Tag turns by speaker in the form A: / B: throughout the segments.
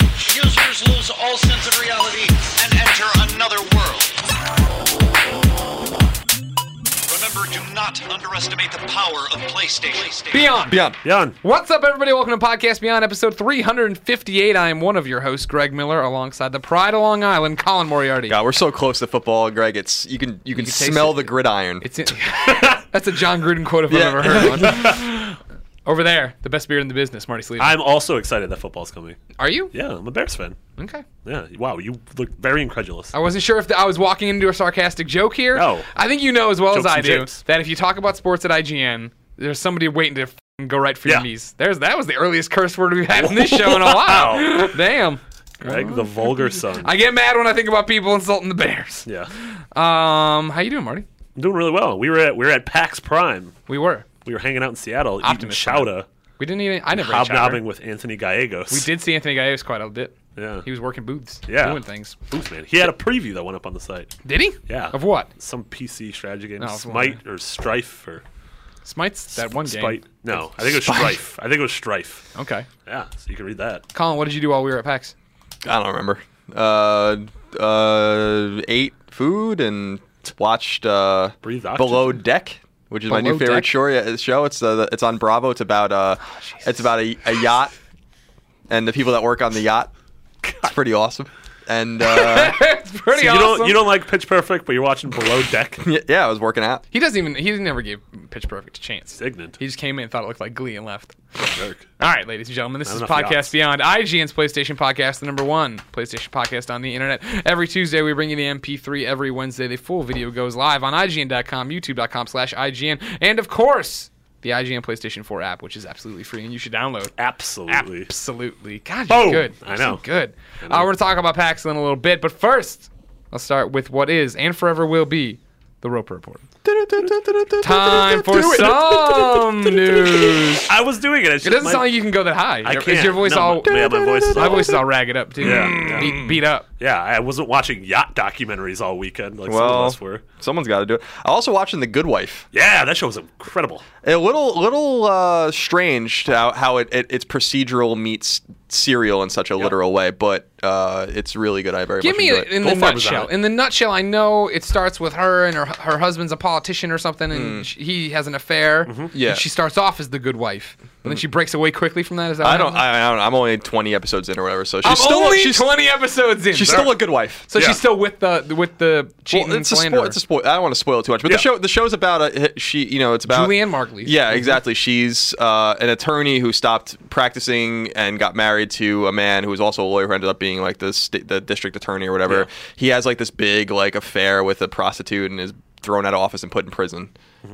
A: Users lose all sense of reality and enter another world. Remember, do not underestimate the power of PlayStation.
B: Beyond.
C: Beyond. Beyond.
B: What's up, everybody? Welcome to Podcast Beyond, episode 358. I am one of your hosts, Greg Miller, alongside the Pride of Long Island, Colin Moriarty.
C: God, we're so close to football, Greg. It's you can you can,
B: taste
C: smell
B: it.
C: the gridiron.
B: It's in- That's a John Gruden quote if
C: Yeah.
B: I've ever heard one. Over there, the best beard in the business, Marty Sleeve.
D: I'm also excited that football's coming.
B: Are you?
D: Yeah, I'm a Bears fan.
B: Okay.
D: Yeah. Wow, you look very incredulous.
B: I wasn't sure if the, I was walking into a sarcastic joke here.
D: No.
B: I think you know as well
D: Jokes
B: as I
D: and
B: do
D: jokes.
B: that if you talk about sports at IGN, there's somebody waiting to f***ing go right for your
D: Yeah.
B: knees. There's that was the earliest curse word we've had in this show in a while.
D: Wow.
B: Damn.
D: Greg, the vulgar son.
B: I get mad when I think about people insulting the Bears.
D: yeah.
B: Um, how you doing, Marty?
D: I'm doing really well. We were at we were at PAX Prime.
B: We were.
D: We were hanging out in Seattle
B: Optimus
D: eating chowda,
B: We didn't even. I never ate chowder.
D: hobnobbing with Anthony Gallegos.
B: We did see Anthony Gallegos quite a bit.
D: Yeah.
B: He was working booths.
D: Yeah.
B: Doing things.
D: Oof, man. He had a preview that went up on the site.
B: Did he?
D: Yeah.
B: Of what?
D: Some PC strategy game,
B: No, it's one
D: Smite or Strife or
B: Smites. That one game.
D: Spite. No, I think it was Strife. I think it was Strife.
B: Okay.
D: Yeah, so you can read that.
B: Colin, what did you do while we were at PAX?
C: I don't remember. Uh, uh, ate food and watched uh,
D: Breathe oxygen.
C: Below Deck, which is my
B: Below
C: new favorite
B: Deck? Oh,
C: show. Yeah, it's- show. It's uh, it's on Bravo. It's about uh, it's about a, a yacht and the people that work on the yacht. It's pretty awesome. And uh,
B: it's pretty
D: So you
B: awesome.
D: don't you don't like Pitch Perfect, but you're watching Below Deck.
C: y- yeah, I was working out.
B: He doesn't even. He never gave Pitch Perfect a chance.
D: Indignant.
B: He just came in, thought it looked like Glee, and left.
D: Jerk.
B: All right, ladies and gentlemen, this
D: Not
B: is
D: enough
B: Podcast
D: yachts.
B: Beyond, IGN's PlayStation podcast, the number one PlayStation podcast on the internet. Every Tuesday, we bring you the MP3. Every Wednesday, the full video goes live on IGN.com, YouTube.com slash IGN, and of course, the IGN PlayStation 4 app, which is absolutely free and you should download.
D: Absolutely.
B: Absolutely. God, you're
D: Boom.
B: good.
D: I
B: You're so
D: know.
B: good. Uh, we're going to talk about PAX in a little bit, but first, let's start with what is and forever will be the Roper Report. Time for some news.
D: I was doing it. It's
B: It
D: just
B: doesn't
D: my-
B: sound like you can go that high.
D: I
B: Is
D: can't.
B: your voice
D: No,
B: all?
D: my- yeah, my voice is
B: My
D: all-
B: voice is all ragged up too. Mm.
D: Yeah, yeah.
B: Beat, beat up.
D: Yeah, I wasn't watching yacht documentaries all weekend like some of
C: Well,
D: us were.
C: someone's got to do it. I also watching The Good Wife.
D: Yeah, that show was incredible.
C: A little, little uh, strange to how, how it, it it's procedural meets serial in such a literal way, but uh, it's really good. I very
B: Give
C: much
B: me
C: enjoy
B: a,
C: it.
B: in the
D: Goldfarb was on
B: nutshell.
D: it.
B: In the nutshell, I know it starts with her and her her husband's a politician or something, and
D: Mm.
B: sh he has an affair.
D: Mm-hmm.
C: Yeah.
B: And she starts off as the good wife, and then
D: Mm.
B: she breaks away quickly from that. Is that
C: I
B: what
C: don't.
B: happened?
C: I, I don't. know. I'm only 20 episodes in or whatever. So she's
B: I'm
C: still.
B: only
C: she's,
B: 20 episodes in.
C: she's still a good wife.
B: so
D: Yeah.
B: she's still with the with the cheating
C: Well, it's a
B: slanderer.
C: spoil. It's a spoil. I don't want to spoil it too much, but
D: Yeah.
C: the show. The show's about a she. You know, it's about
B: Julianne Margulies.
C: Yeah, exactly. She's uh, an attorney who stopped practicing and got married to a man who was also a lawyer who ended up being like the sta- the district attorney or whatever.
D: Yeah.
C: He has like this big like affair with a prostitute and is thrown out of office and put in prison.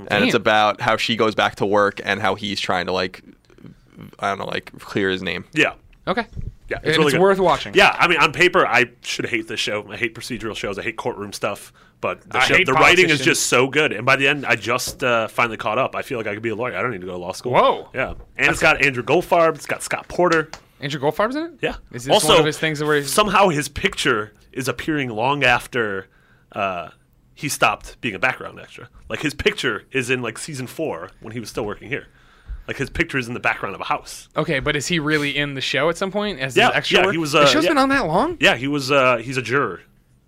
C: And it's
B: Damn.
C: about how she goes back to work and how he's trying to like I don't know like clear his name.
D: Yeah.
B: okay.
D: Yeah,
B: And
D: really
B: it's
D: good.
B: worth watching.
D: Yeah, I mean, on paper, I should hate this show. I hate procedural shows. I hate courtroom stuff. But the,
B: I
D: show,
B: hate
D: the writing is
B: politicians.
D: just so good. And by the end, I just uh, finally caught up. I feel like I could be a lawyer. I don't need to go to law school.
B: Whoa.
D: Yeah. And it's got Andrew Goldfarb. It's got Scott Porter.
B: Andrew Goldfarb's in it.
D: Yeah.
B: Is this one of his things where he's
D: somehow his picture is appearing long after uh, he stopped being a background extra. Like his picture is in like season four when he was still working here. Like his picture is in the background of a house.
B: Okay, but is he really in the show at some point as
D: Yeah,
B: his extra
D: yeah,
B: work?
D: he was,
B: the
D: uh,
B: show's
D: yeah.
B: been on that long?
D: Yeah, he was. Uh, he's a juror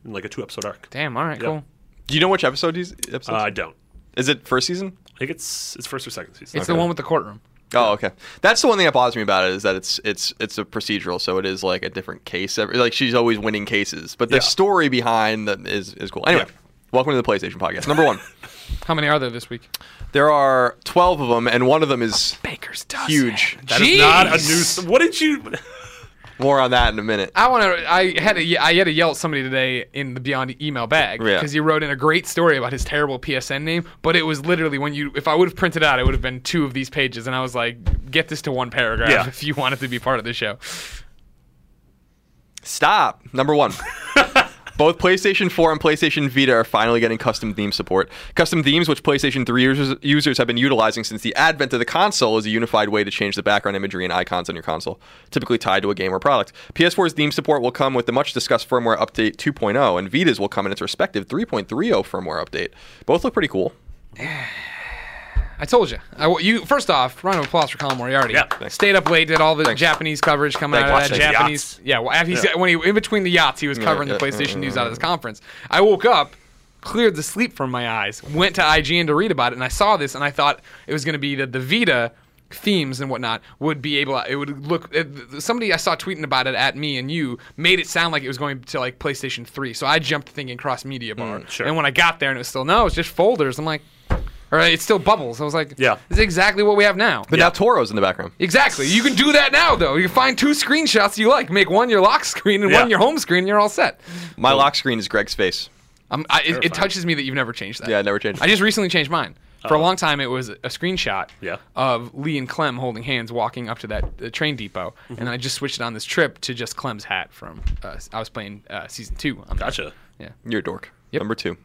D: in like a two episode arc.
B: Damn, all right, cool.
C: Do you know which episode he's episode?
D: Uh, I don't.
C: Is it first season?
D: I think it's it's first or second season.
B: It's the one with the courtroom.
C: Oh, okay. That's the one thing that bothers me about it is that it's it's it's a procedural, so it is like a different case. Every, like she's always winning cases, but the
D: Yeah.
C: story behind them is is cool. Anyway,
D: Yeah.
C: welcome to the PlayStation Podcast. Number one,
B: How many are there this week?
C: there are twelve of them, and one of them is
B: Baker's dozen.
C: huge.
D: That is not a news. What did you?
C: More on that in a minute.
B: I want to. I had a, I had to yell at somebody today in the Beyond email bag
C: Yeah.
B: because he wrote in a great story about his terrible PSN name. But it was literally when you, if I would have printed out, it would have been two of these pages, and I was like, get this to one paragraph
D: Yeah.
B: if you wanted to be part of the show.
C: Stop. Number one. Both PlayStation 4 and PlayStation Vita are finally getting custom theme support. Custom themes, which PlayStation 3 users, users have been utilizing since the advent of the console, is a unified way to change the background imagery and icons on your console, typically tied to a game or product. PS4's theme support will come with the much discussed firmware update 2.0, and Vita's will come in its respective 3.30 firmware update. Both look pretty cool.
B: I told you. I w you first off, round of applause for Colin Moriarty.
D: Yeah.
B: Stayed up late, did all the Japanese coverage coming
C: Thanks.
B: out of that
C: Watching
D: the
B: Japanese.
D: yachts.
B: Yeah, well, after he's, when he in between the yachts, he was covering
C: yeah,
B: the PlayStation news out of this conference. I woke up, cleared the sleep from my eyes, went to IGN to read about it, and I saw this, and I thought it was going to be that the Vita themes and whatnot would be able it would look it, somebody i saw tweeting about it at me and you made it sound like it was going to like playstation 3 so i jumped to thinking cross media bar
C: Mm,
D: sure.
B: and when i got there and it was still no it's just folders i'm like or it's still bubbles. I was like,
D: Yeah.
B: this is exactly what we have now.
C: But now Toro's in the background.
B: Exactly. You can do that now, though. You can find two screenshots you like, make one your lock screen and
D: Yeah.
B: one your home screen, and you're all set.
C: My lock screen is Greg's face.
B: Um, I, it, it touches me that you've never changed that.
C: Yeah, I never changed it.
B: I just recently changed mine. For a long time, it was a screenshot
D: Uh-huh. Yeah.
B: of Lee and Clem holding hands walking up to that uh, train depot,
D: Mm-hmm.
B: and then I just switched it on this trip to just Clem's hat from. Uh, I was playing uh, season two. On that.
D: Gotcha.
B: Yeah.
C: You're a dork.
B: Yep.
C: Number two.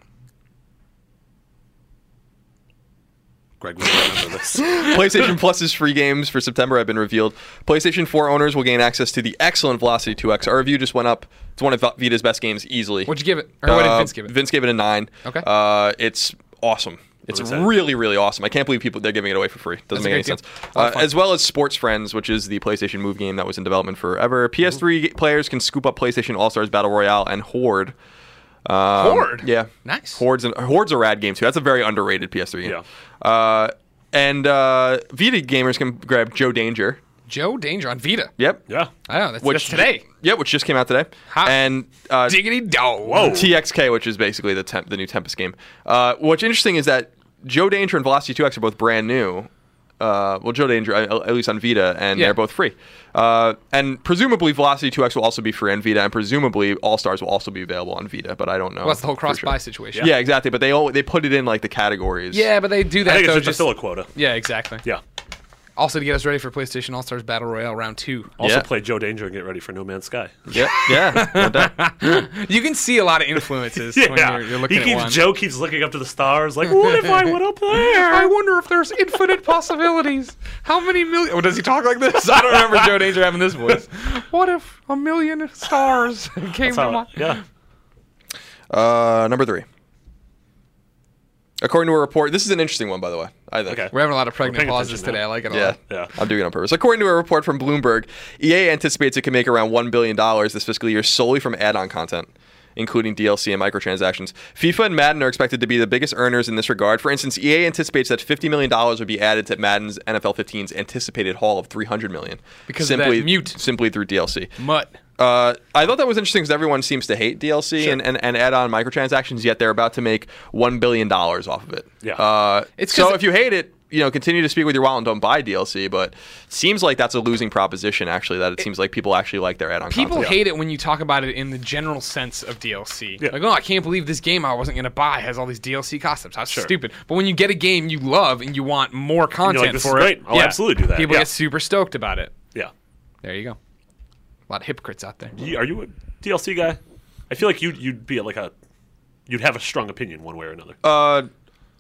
D: Greg will remember this.
C: PlayStation Plus's free games for September have been revealed. PlayStation 4 owners will gain access to the excellent Velocity 2X. Our review just went up. It's one of Vita's best games easily.
B: What'd you give it? Or what did
C: Uh,
B: Vince give it?
C: Vince gave it a nine.
B: Okay.
C: Uh, it's awesome. It's
D: excited.
C: really, really awesome. I can't believe people they're giving it away for free.
B: That's
C: Doesn't
B: a
C: make any
B: great deal.
C: sense.
B: A lot of
C: Uh,
B: fun.
C: as well as Sports Friends, which is the PlayStation Move game that was in development forever. PS3 players can scoop up PlayStation All Stars Battle Royale and Horde. Um,
B: Horde?
C: Yeah.
B: Nice.
C: Horde's an, Horde's a rad game too. That's a very underrated PS3 game.
D: Yeah.
C: Uh, and uh, Vita gamers can grab Joe Danger.
B: Joe Danger on Vita.
C: Yep.
D: Yeah.
B: I know. That's,
C: Which
B: that's today.
C: Yeah, which just came out today.
B: Hot.
C: And uh,
B: Diggity dog.
D: Whoa.
C: TXK, which is basically the temp- the new Tempest game. Uh, what's interesting is that Joe Danger and Velocity 2X are both brand new. Uh, well, Joe Danger, uh, at least on Vita, and
B: Yeah.
C: they're both free. Uh, and presumably, Velocity 2X will also be free on Vita, and presumably, All Stars will also be available on Vita, but I don't know.
B: Well, that's the whole
C: for
B: cross
C: sure.
B: buy situation.
C: Yeah, exactly. But they all, they put it in like the categories.
B: Yeah, but they do that
D: I think
B: though.
D: it's
B: just
D: just to fill a quota.
B: yeah, exactly.
D: Yeah.
B: Also to get us ready for PlayStation All Stars Battle Royale Round Two.
D: Also
C: Yeah.
D: play Joe Danger and get ready for No Man's Sky.
C: yeah, yeah. no doubt.
B: You can see a lot of influences when you're, you're looking
D: he keeps
B: at one.
D: Joe keeps looking up to the stars like, what if I went up there?
B: I wonder if there's infinite possibilities. How many million? Oh, does he talk like this? I don't remember Joe Danger having this voice. What if a million stars came to
D: So,
B: life?
D: yeah.
C: Uh, number three. According to a report, this is an interesting one, by the way. I think.
D: Okay.
B: We're having a lot of pregnant
D: paying
B: pauses
D: attention
B: today.
D: now.
B: I like it a
C: Yeah.
B: lot.
D: Yeah.
C: I'm doing it on purpose. According to a report from Bloomberg, EA anticipates it can make around $1 billion this fiscal year solely from add on content, including DLC and microtransactions. FIFA and Madden are expected to be the biggest earners in this regard. For instance, EA anticipates that $50 million would be added to Madden's NFL 15's anticipated haul of $300 million.
B: Because of that
C: simply,
B: mute.
C: Simply through DLC.
B: Mutt.
C: Uh, I thought that was interesting because everyone seems to hate DLC and, and, and add on microtransactions, yet they're about to make $1 billion off of it.
D: Yeah.
C: Uh,
B: It's 'cause
C: so
B: it-
C: if you hate it, you know, continue to speak with your wallet and don't buy DLC, but seems like that's a losing proposition, actually, that it, seems like people actually like their add on
B: People
C: content.
B: hate it when you talk about it in the general sense of DLC.
D: Yeah.
B: Like, oh, I can't believe this game I wasn't going to buy has all these DLC concepts. How stupid. But when you get a game you love and you want more content
D: "This is
B: for it,
D: great. I'll absolutely do that."
B: People
D: Yeah.
B: get super stoked about it.
D: Yeah.
B: There you go. A lot of hypocrites out there.
D: You- Are you a DLC guy? I feel like you'd you'd be like a you'd have a strong opinion one way or another.
C: Uh,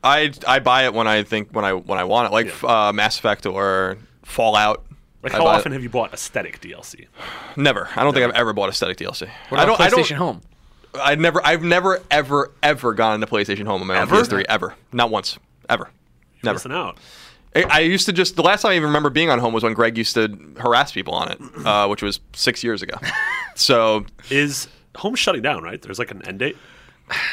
C: I, I buy it when I think, when I, when I want it, like
D: Yeah.
C: uh, Mass Effect or Fallout.
D: like
C: I
D: how
C: buy
D: often
C: it.
D: have you bought aesthetic DLC?
C: Never. I don't think I've ever bought aesthetic DLC.
B: What
C: I
B: about
C: don't. I
B: PlayStation
C: don't.
B: Home?
C: I never. I've never, ever, ever gone into PlayStation Home on my
D: Ever?
C: own PS3. Ever. Not once. Ever. Never.
D: Missing out.
C: I- I used to just the last time I even remember being on home was when Greg used to harass people on it, uh, which was six years ago. so
D: Is home shutting down, right? There's like an end date.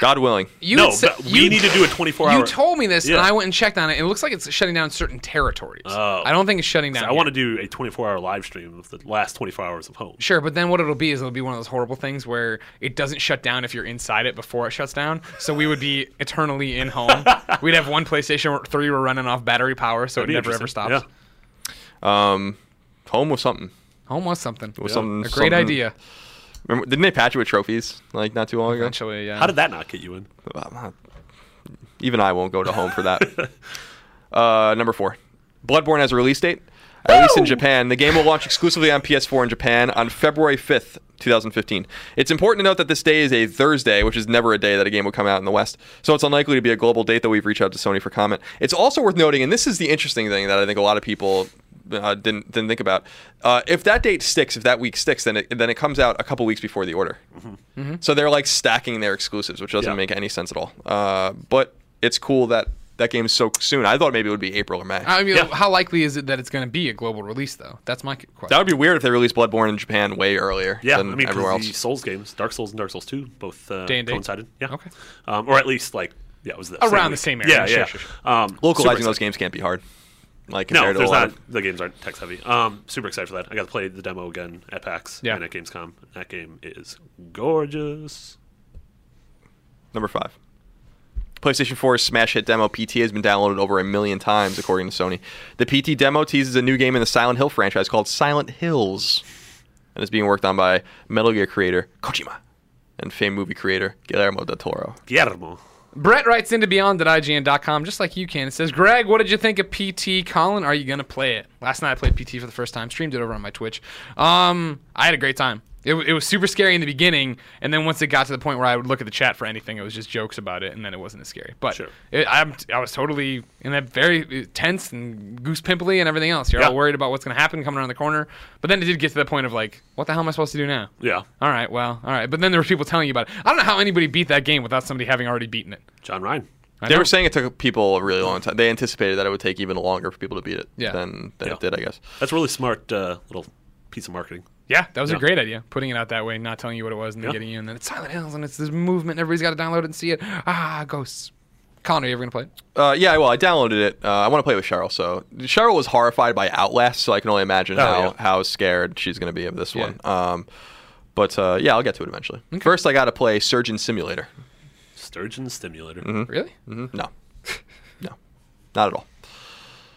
C: God willing.
B: You
D: no,
B: had said-
D: but we
B: you-
D: need to do a 24 hour.
B: You told me this,
D: Yeah.
B: and I went and checked on it. and It looks like it's shutting down certain territories.
D: Oh.
B: I don't think it's shutting down.
D: I want to do a 24 hour live stream of the last 24 hours of home.
B: Sure, but then what it'll be is it'll be one of those horrible things where it doesn't shut down if you're inside it before it shuts down. So we would be eternally in home. We'd have one PlayStation 3 we're running off battery power, so
D: That'd be
B: it never ever
D: interesting.
B: stops.
D: Yeah.
C: Um, home was something.
B: Home was something.
C: Was something.
B: A great
C: something-
B: idea.
C: Remember, didn't they patch it with trophies like not too long ago?
B: Eventually, yeah.
D: How did that not get you in?
C: Well, I'm not- Even I won't go to home for that. uh, number four, Bloodborne has a release date. At least in Japan, the game will launch exclusively on PS4 in Japan on February 5th, 2015. It's important to note that this day is a Thursday, which is never a day that a game would come out in the West, so it's unlikely to be a global date that we've reached out to Sony for comment. It's also worth noting, and this is the interesting thing that I think a lot of people uh, didn't didn't think about. Uh, if that date sticks, if that week sticks, then it then it comes out a couple weeks before the order. So they're like stacking their exclusives, which doesn't
D: Yeah.
C: make any sense at all. Uh, but it's cool that that game's so soon. I thought maybe it would be April or May.
B: I mean,
D: Yeah.
B: how likely is it that it's going to be a global release, though? That's my c- question.
C: that would be weird if they released Bloodborne in Japan way earlier
D: Yeah,
C: than
D: I mean, 'cause
C: everywhere
D: the
C: else.
D: Souls games, Dark Souls and Dark Souls 2, both uh,
B: Day and date.
D: coincided. Yeah.
B: Okay.
D: Um, or at least, like, yeah, it was the
B: Around the
D: week.
B: same area.
D: Yeah,
B: Sure,
D: yeah.
B: sure,
D: Um, super
C: Localizing
D: excited.
C: those games can't be hard. Like
D: No,
C: compared to
D: there's
C: a lot
D: not.
C: of-
D: The games aren't text heavy. Um, super excited for that. I got to play the demo again at PAX
B: Yeah.
D: and at Gamescom. That game is gorgeous.
C: number five. PlayStation 4's smash hit demo PT has been downloaded over a million times, according to Sony. The PT demo teases a new game in the Silent Hill franchise called Silent Hills, and is being worked on by Metal Gear creator Kojima and famed movie creator Guillermo del Toro.
D: Guillermo.
B: Brett writes into Beyond at IGN.com, just like you can. It says, Greg, what did you think of PT? Colin, are you going to play it? Last night I played PT for the first time, streamed it over on my Twitch. Um, I had a great time. It, w- it was super scary in the beginning, and then once it got to the point where I would look at the chat for anything, it was just jokes about it, and then it wasn't as scary. But
D: Sure.
B: it, I'm, I was totally in that very uh, tense and goose pimply and everything else. You're
D: Yeah.
B: all worried about what's going to happen coming around the corner. But then it did get to the point of, like, what the hell am I supposed to do now?
D: Yeah.
B: All right, well, all right. But then there were people telling you about it. I don't know how anybody beat that game without somebody having already beaten it.
D: John Ryan.
B: I
C: They
B: know.
C: were saying it took people a really long time. They anticipated that it would take even longer for people to beat it
B: Yeah.
C: than, than
D: Yeah.
C: it did, I guess.
D: That's a really smart uh, little piece of marketing.
B: Yeah, that was a
D: Yeah.
B: great idea. Putting it out that way, not telling you what it was, and then
D: Yeah.
B: getting you, and then it's Silent Hills, and it's this movement. and Everybody's got to download it and see it. Ah, ghosts. Colin, are you ever gonna play it?
C: Uh, yeah, well, I downloaded it. Uh, I want to play with Cheryl. So Cheryl was horrified by Outlast, so I can only imagine how,
D: yeah.
C: how scared she's going to be of this
B: Oh, Yeah.
C: one. Um, but uh, yeah, I'll get to it eventually. First, I got to play Surgeon Simulator.
D: Sturgeon Stimulator.
C: Mm-hmm. Hmm?
B: Really?
C: No, no, not at all.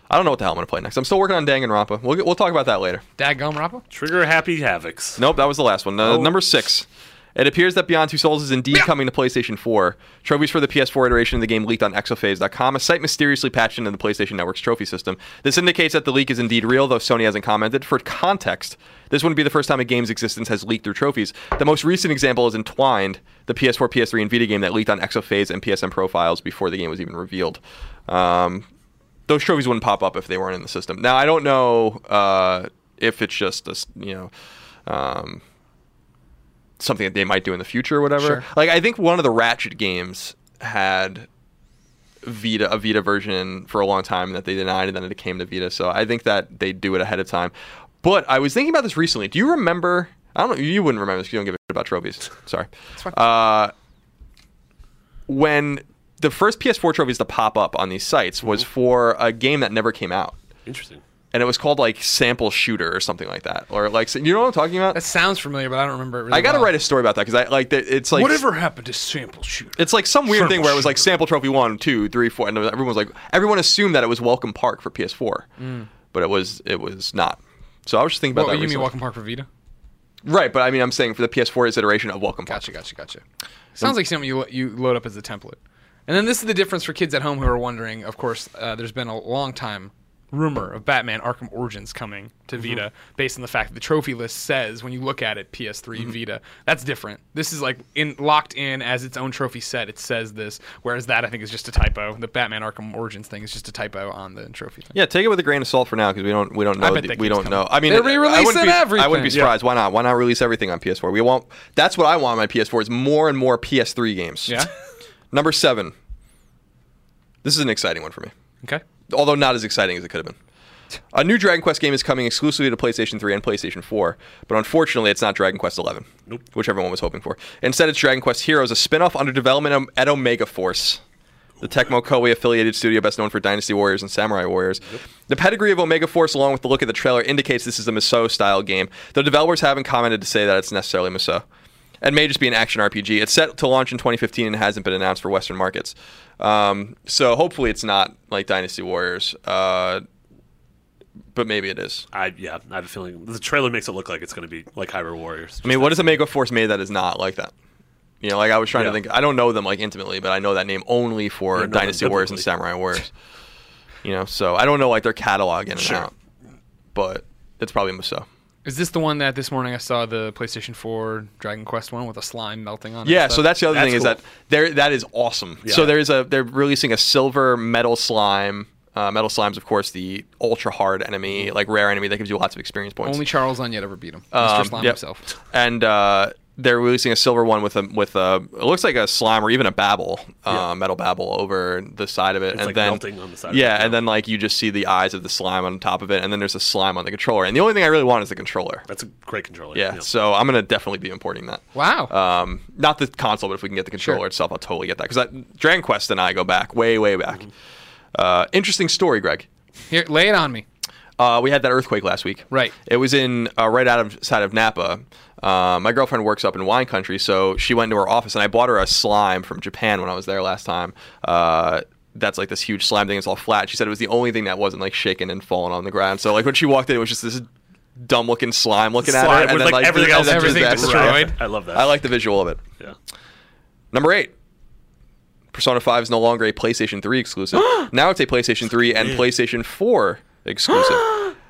C: I don't know what the hell I'm going to play next. I'm still working on Danganronpa. We'll get, we'll talk about that later.
B: Dadgum Rappa?
D: Trigger Happy Havocs.
C: Nope, that was the last one.
B: Oh.
C: Uh, Number six. It appears that Beyond Two Souls is indeed coming to PlayStation 4. Trophies for the PS4 iteration of the game leaked on exophase.com, a site mysteriously patched into the PlayStation Network's trophy system. This indicates that the leak is indeed real, though Sony hasn't commented. For context, this wouldn't be the first time a game's existence has leaked through trophies. The most recent example is Entwined, the PS4, PS3, and Vita game that leaked on exophase and PSN profiles before the game was even revealed. Um, those trophies wouldn't pop up if they weren't in the system. Now I don't know uh, if it's just a s you know um, something that they might do in the future or whatever.
B: Sure.
C: Like I think one of the Ratchet games had Vita a Vita version for a long time that they denied, and then it came to Vita. So I think that they do it ahead of time. But I was thinking about this recently. Do you remember? I don't know. You wouldn't remember this. 'cause You don't give a shit about trophies. Sorry. Uh, when the first PS4 trophies to pop up on these sites was for a game that never came out,
D: Interesting.
C: and it was called like Sample Shooter or something like that, or like you know what I'm talking about.
B: That sounds familiar, but I don't remember it really
C: I got to
B: well.
C: write a story about that because I like that it's like
E: Whatever happened to sample shooter?
C: It's like some weird
E: Sample
C: thing where it was like
E: shooter.
C: sample trophy one, two, three, four, and everyone was like everyone assumed that it was Welcome Park for PS4, but it was it was not. So I was just thinking
B: Mm. What,
C: about that.
B: you mean
C: recently.
B: Welcome Park for Vita?
C: Right, but I mean I'm saying for the PS4 's iteration of Welcome Park.
B: Gotcha, gotcha, gotcha. Sounds like something you lo- you load up as a template. And then this is the difference for kids at home who are wondering. Of course, uh, there's been a long time rumor of Batman Arkham Origins coming to
C: Mm-hmm.
B: Vita, based on the fact that the trophy list says when you look at it PS3
C: Mm-hmm.
B: Vita. That's different. This is like in locked in as its own trophy set. It says this, whereas that I think is just a typo. The Batman Arkham Origins thing is just a typo on the trophy thing.
C: Yeah, take it with a grain of salt for now because we don't we don't know
B: bet
C: the-
B: that
C: we
B: keeps
C: don't
B: coming.
C: know. I mean,
B: They're
C: I- I wouldn't
B: re-releasing
C: be- I
B: everything.
C: wouldn't be surprised. Why not? Why not release everything on PS4? We want that's what I want on my PS4 is more and more PS3 games.
B: Yeah.
C: Number seven. This is an exciting one for me,
B: Okay.
C: although not as exciting as it could have been. A new Dragon Quest game is coming exclusively to PlayStation 3 and PlayStation 4, but unfortunately, it's not Dragon Quest 11,
D: Nope.
C: which everyone was hoping for. Instead, it's Dragon Quest Heroes, a spin-off under development at Omega Force, the Tecmo Koei affiliated studio best known for Dynasty Warriors and Samurai Warriors. The pedigree of Omega Force, along with the look at the trailer, indicates this is a Miso style game, though developers haven't commented to say that it's necessarily Miso. And may just be an action RPG. It's set to launch in 2015 and hasn't been announced for Western markets. Um, so hopefully it's not like Dynasty Warriors, uh, but maybe it is.
D: I yeah, I have a feeling the trailer makes it look like it's going to be like Hyrule Warriors.
C: I mean, what is Omega Force made that is not like that? You know, like I was trying to
D: Yeah.
C: think. I don't know them like intimately, but I know that name only for
D: Yeah, no,
C: Dynasty Warriors and
D: definitely.
C: Samurai Warriors. you know, so I don't know like their catalog in and
D: Sure.
C: out, but it's probably Muso.
B: Is this the one that this morning I saw the PlayStation 4 Dragon Quest one with a slime melting on it?
C: Yeah,
B: and
C: so
B: stuff?
C: that's the other
D: That's
C: thing is
D: cool.
C: that there that is awesome. So
D: Yeah.
C: there is a they're releasing a silver metal slime. Uh, metal slime's of course the ultra hard
D: Mm-hmm.
C: enemy, like rare enemy that gives you lots of experience points.
B: only Charles on yet ever beat him.
C: Um,
B: Mr. Slime
C: yep.
B: himself.
C: And uh, they're releasing a silver one with a with a it looks like a slime or even a babble, uh, metal babble over the side of it, and
D: like
C: then
D: melting on the side of
C: Yeah,
D: it now.
C: and then like you just see the eyes of the slime on top of it, and then there's a slime on the controller. And the only thing I really want is the controller.
D: That's a great controller.
C: Yeah, so I'm gonna definitely be importing that.
B: Wow.
C: Um, not the console, but if we can get the controller
B: Sure.
C: itself, I'll totally get that because Dragon Quest and I go back way, way back.
D: Mm-hmm.
C: Uh, interesting story, Greg.
B: Here, lay it on me.
C: Uh, we had that earthquake last week.
B: Right.
C: It was in uh, right out of side of Napa. Uh, my girlfriend works up in wine country, so she went into her office, and I bought her a slime from Japan when I was there last time. Uh, that's like this huge slime thing. It's all flat. She said it was the only thing that wasn't like shaken and falling on the ground. So like when she walked in, it was just this dumb looking slime looking
D: Slime
C: at her,
D: with, like, everything
C: and
D: else
C: then just
B: Everything
C: that.
B: destroyed.
D: I love that.
C: I like the visual of it.
D: Yeah.
C: Number eight. Persona 5 is no longer a PlayStation 3 exclusive. now it's a PlayStation 3 and PlayStation 4 exclusive.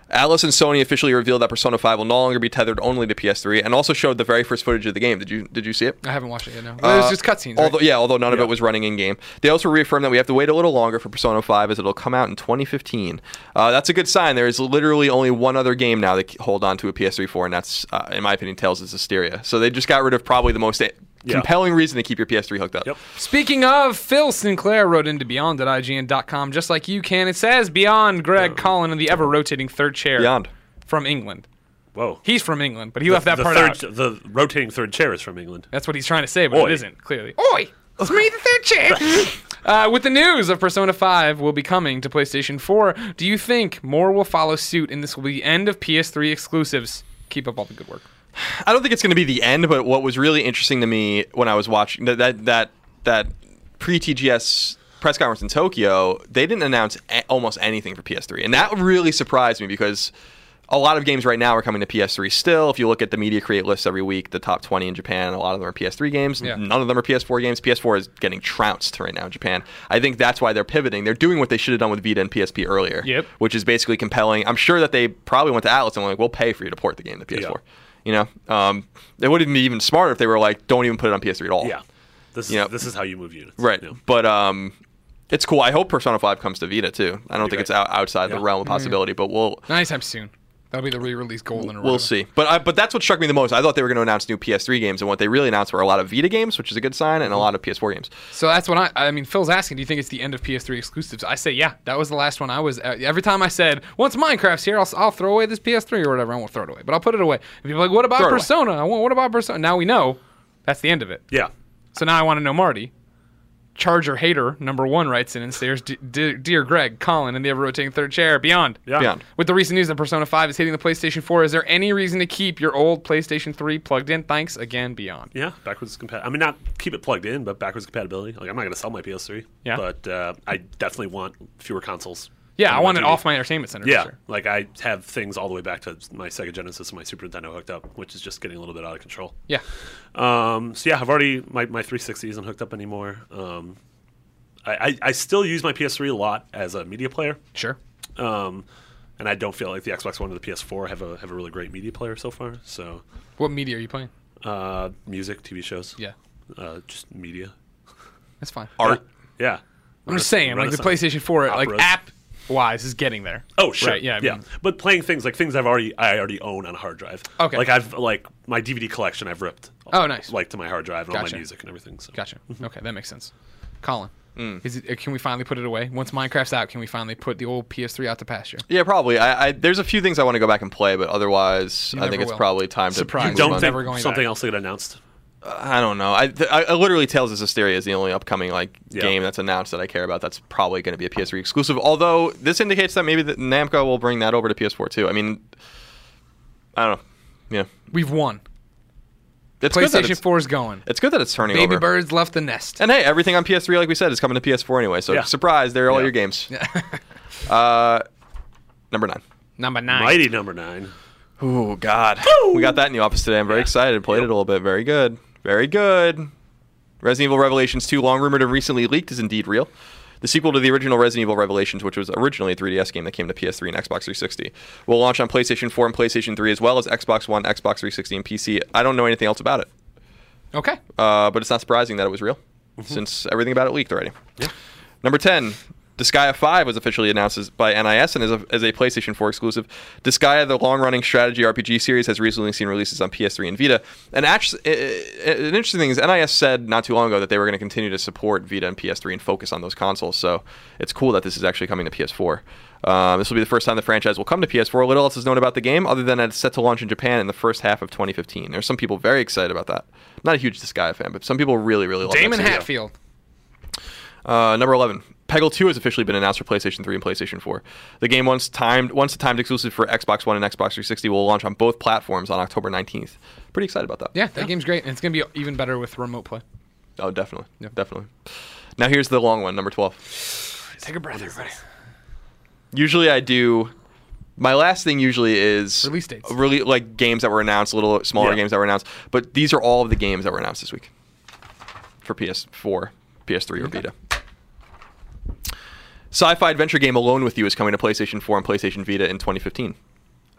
C: Atlas and Sony officially revealed that Persona 5 will no longer be tethered only to PS3 and also showed the very first footage of the game. Did you did you see it?
B: I haven't watched it yet. No, it was
C: Uh,
B: just cutscenes.
C: Although,
B: Right?
C: Yeah, although none of it was running in game. They also reaffirmed that we have to wait a little longer for Persona 5 as it'll come out in 2015. Uh, that's a good sign. There is literally only one other game now that c- hold on to a PS3 for, and that's, uh, in my opinion, Tales of Hysteria. So they just got rid of probably the most eh,
D: Yeah.
C: compelling reason to keep your PS3 hooked up.
D: Yep.
B: Speaking of, Phil Sinclair wrote into Beyond at IGN.com just like you can. It says Beyond Greg Collin in the ever rotating third chair.
C: Beyond.
B: From England.
D: Whoa.
B: He's from England, but he left that
D: the
B: part
D: third,
B: out.
D: The rotating third chair is from England.
B: That's what he's trying to say, but
D: Oi.
B: it isn't, clearly. Oi! It's me, the third chair! Uh, with the news of Persona 5 will be coming to PlayStation 4, do you think more will follow suit and this will be the end of PS3 exclusives? Keep up all the good work.
C: I don't think it's going to be the end, but what was really interesting to me when I was watching that that that, that pre TGS press conference in Tokyo, they didn't announce a- almost anything for PS3, and that really surprised me because a lot of games right now are coming to PS3 still. If you look at the media create lists every week, the top 20 in Japan, a lot of them are PS3 games.
B: Yeah.
C: None of them are PS4 games. PS4 is getting trounced right now in Japan. I think that's why they're pivoting. They're doing what they should have done with Vita and PSP earlier,
B: Yep.
C: which is basically compelling. I'm sure that they probably went to Atlas and were like, we'll pay for you to port the game to PS4. You know, um, it would have been even smarter if they were like, don't even put it on PS3 at all.
D: Yeah. This is
C: Yep.
D: this is how you move units.
C: Right.
D: You know?
C: But um, it's cool. I hope Persona 5 comes to Vita too. I don't think
D: great.
C: it's out- outside the
D: Yeah.
C: realm of possibility, but we'll.
B: Not anytime soon. That'll be the re release golden or
C: We'll
B: whatever.
C: see, but I, but that's what struck me the most. I thought they were going to announce new PS3 games, and what they really announced were a lot of Vita games, which is a good sign, and a lot of PS4 games.
B: So that's what I, I mean, Phil's asking, do you think it's the end of PS3 exclusives? I say, yeah, that was the last one I was, uh, every time I said, once Minecraft's here, I'll, I'll throw away this PS3 or whatever. I won't throw it away, but I'll put it away. And people are like, what about
C: Throw it away.
B: Persona? I want, what about Persona? Now we know that's the end of it.
D: Yeah.
B: So now I want to know Marty. Charger hater number one writes in and says, "D- d- "Dear Greg, Colin, and the ever-rotating third chair, Beyond.
D: Yeah.
C: Beyond.
B: With the recent news that Persona 5 is hitting the PlayStation 4, is there any reason to keep your old PlayStation 3 plugged in? Thanks again, Beyond.
D: Yeah, backwards compatibility. I mean, not keep it plugged in, but backwards compatibility. Like, I'm not going to sell my PS3.
B: Yeah.
D: But uh, I definitely want fewer consoles.
B: Yeah, I
D: on my
B: want it
D: TV.
B: off my entertainment center. for
D: Yeah,
B: sure.
D: like I have things all the way back to my Sega Genesis and my Super Nintendo hooked up, which is just getting a little bit out of control.
B: yeah.
D: Um, so yeah, I've already my, my 360 isn't hooked up anymore. Um, I, I, I still use my PS3 a lot as a media player,
B: Sure.
D: um, and I don't feel like the Xbox One or the PS4 have a have a really great media player so far. So
B: What media are you playing?
D: uh, music, TV shows,
B: Yeah,
D: uh, just media,
B: that's fine.
C: Art.
D: yeah.
B: I'm just saying, like the
D: Renaissance.
B: PlayStation 4, like
D: Operas.
B: app wise, is getting there.
D: Oh sure,
B: Right, yeah, I
D: yeah.
B: mean-
D: But playing things like things I've already I already own on a hard drive.
B: Okay.
D: Like I've like my DVD collection I've ripped.
B: Oh, nice.
D: Like to my hard drive and all
B: Gotcha.
D: my music and everything. So.
B: Gotcha. Okay, that makes sense. Colin,
D: Mm.
B: Is it, uh, can we finally put it away? Once Minecraft's out, can we finally put the old PS3 out to pasture?
C: Yeah, probably. I, I there's a few things I want to go back and play, but otherwise, I
B: never
C: think it's
B: will.
C: probably time to
B: Surprise.
C: move
B: Don't
C: on.
D: Don't
B: never going
D: think something
B: back.
D: else will get announced.
C: I don't know. I, th- I, I literally Tales of Hysteria is the only upcoming like
D: Yeah.
C: game that's announced that I care about. That's probably going to be a PS3 exclusive. Although this indicates that maybe that Namco will bring that over to PS4 too. I mean, I don't know. Yeah,
B: We've won.
C: it's good that
B: PlayStation
C: it's,
B: 4 is going.
C: it's good that it's turning
B: Baby
C: over.
B: birds left the nest.
C: And hey, everything on PS3, like we said, is coming to PS4 anyway. So
D: Yeah.
C: surprise, they're all
D: Yeah.
C: your games. uh, number nine.
B: Number nine.
D: Mighty number nine.
C: Oh God, we got that in the office today. I'm very excited. Played it a little bit. Very good. Very good. Resident Evil Revelations 2, long rumored and recently leaked, is indeed real. The sequel to the original Resident Evil Revelations, which was originally a 3DS game that came to PS3 and Xbox 360, will launch on PlayStation 4 and PlayStation 3 as well as Xbox One, Xbox 360, and PC. I don't know anything else about it,
B: Okay.
D: Oh,
C: uh, but it's not surprising that it was real, since everything about it leaked already. Number 10, Disgaea 5 was officially announced as, by NIS and is a, as a PlayStation 4 exclusive. Disgaea, the long running strategy RPG series, has recently seen releases on PS3 and Vita. And actually, an interesting thing is, NIS said not too long ago that they were going to continue to support Vita and PS3 and focus on those consoles. So it's cool that this is actually coming to PS4. Um, this will be the first time the franchise will come to PS4. Little else is known about the game other than that it's set to launch in Japan in the first half of 2015. There's some people very excited about that. I'm not a huge Disgaea fan, but some people really, really love that
B: Damon
C: studio.
B: Hatfield.
C: Uh, number eleven, Peggle Two has officially been announced for PlayStation Three and PlayStation Four. The game, once timed, once a timed exclusive for Xbox One and Xbox 360, will launch on both platforms on October 19th. Pretty excited about that.
B: Yeah, that game's great. And it's going to be even better with remote play.
C: Oh, definitely. Definitely. Now here's the long one. Number twelve.
B: Take a breath, everybody.
C: usually I do. My last thing usually is
B: Release dates.
C: really like games that were announced, little smaller
D: Yeah.
C: games that were announced. But these are all of the games that were announced this week for PS4, PS3, or Vita. Sci-fi adventure game Alone with You is coming to PlayStation 4 and PlayStation Vita in 2015.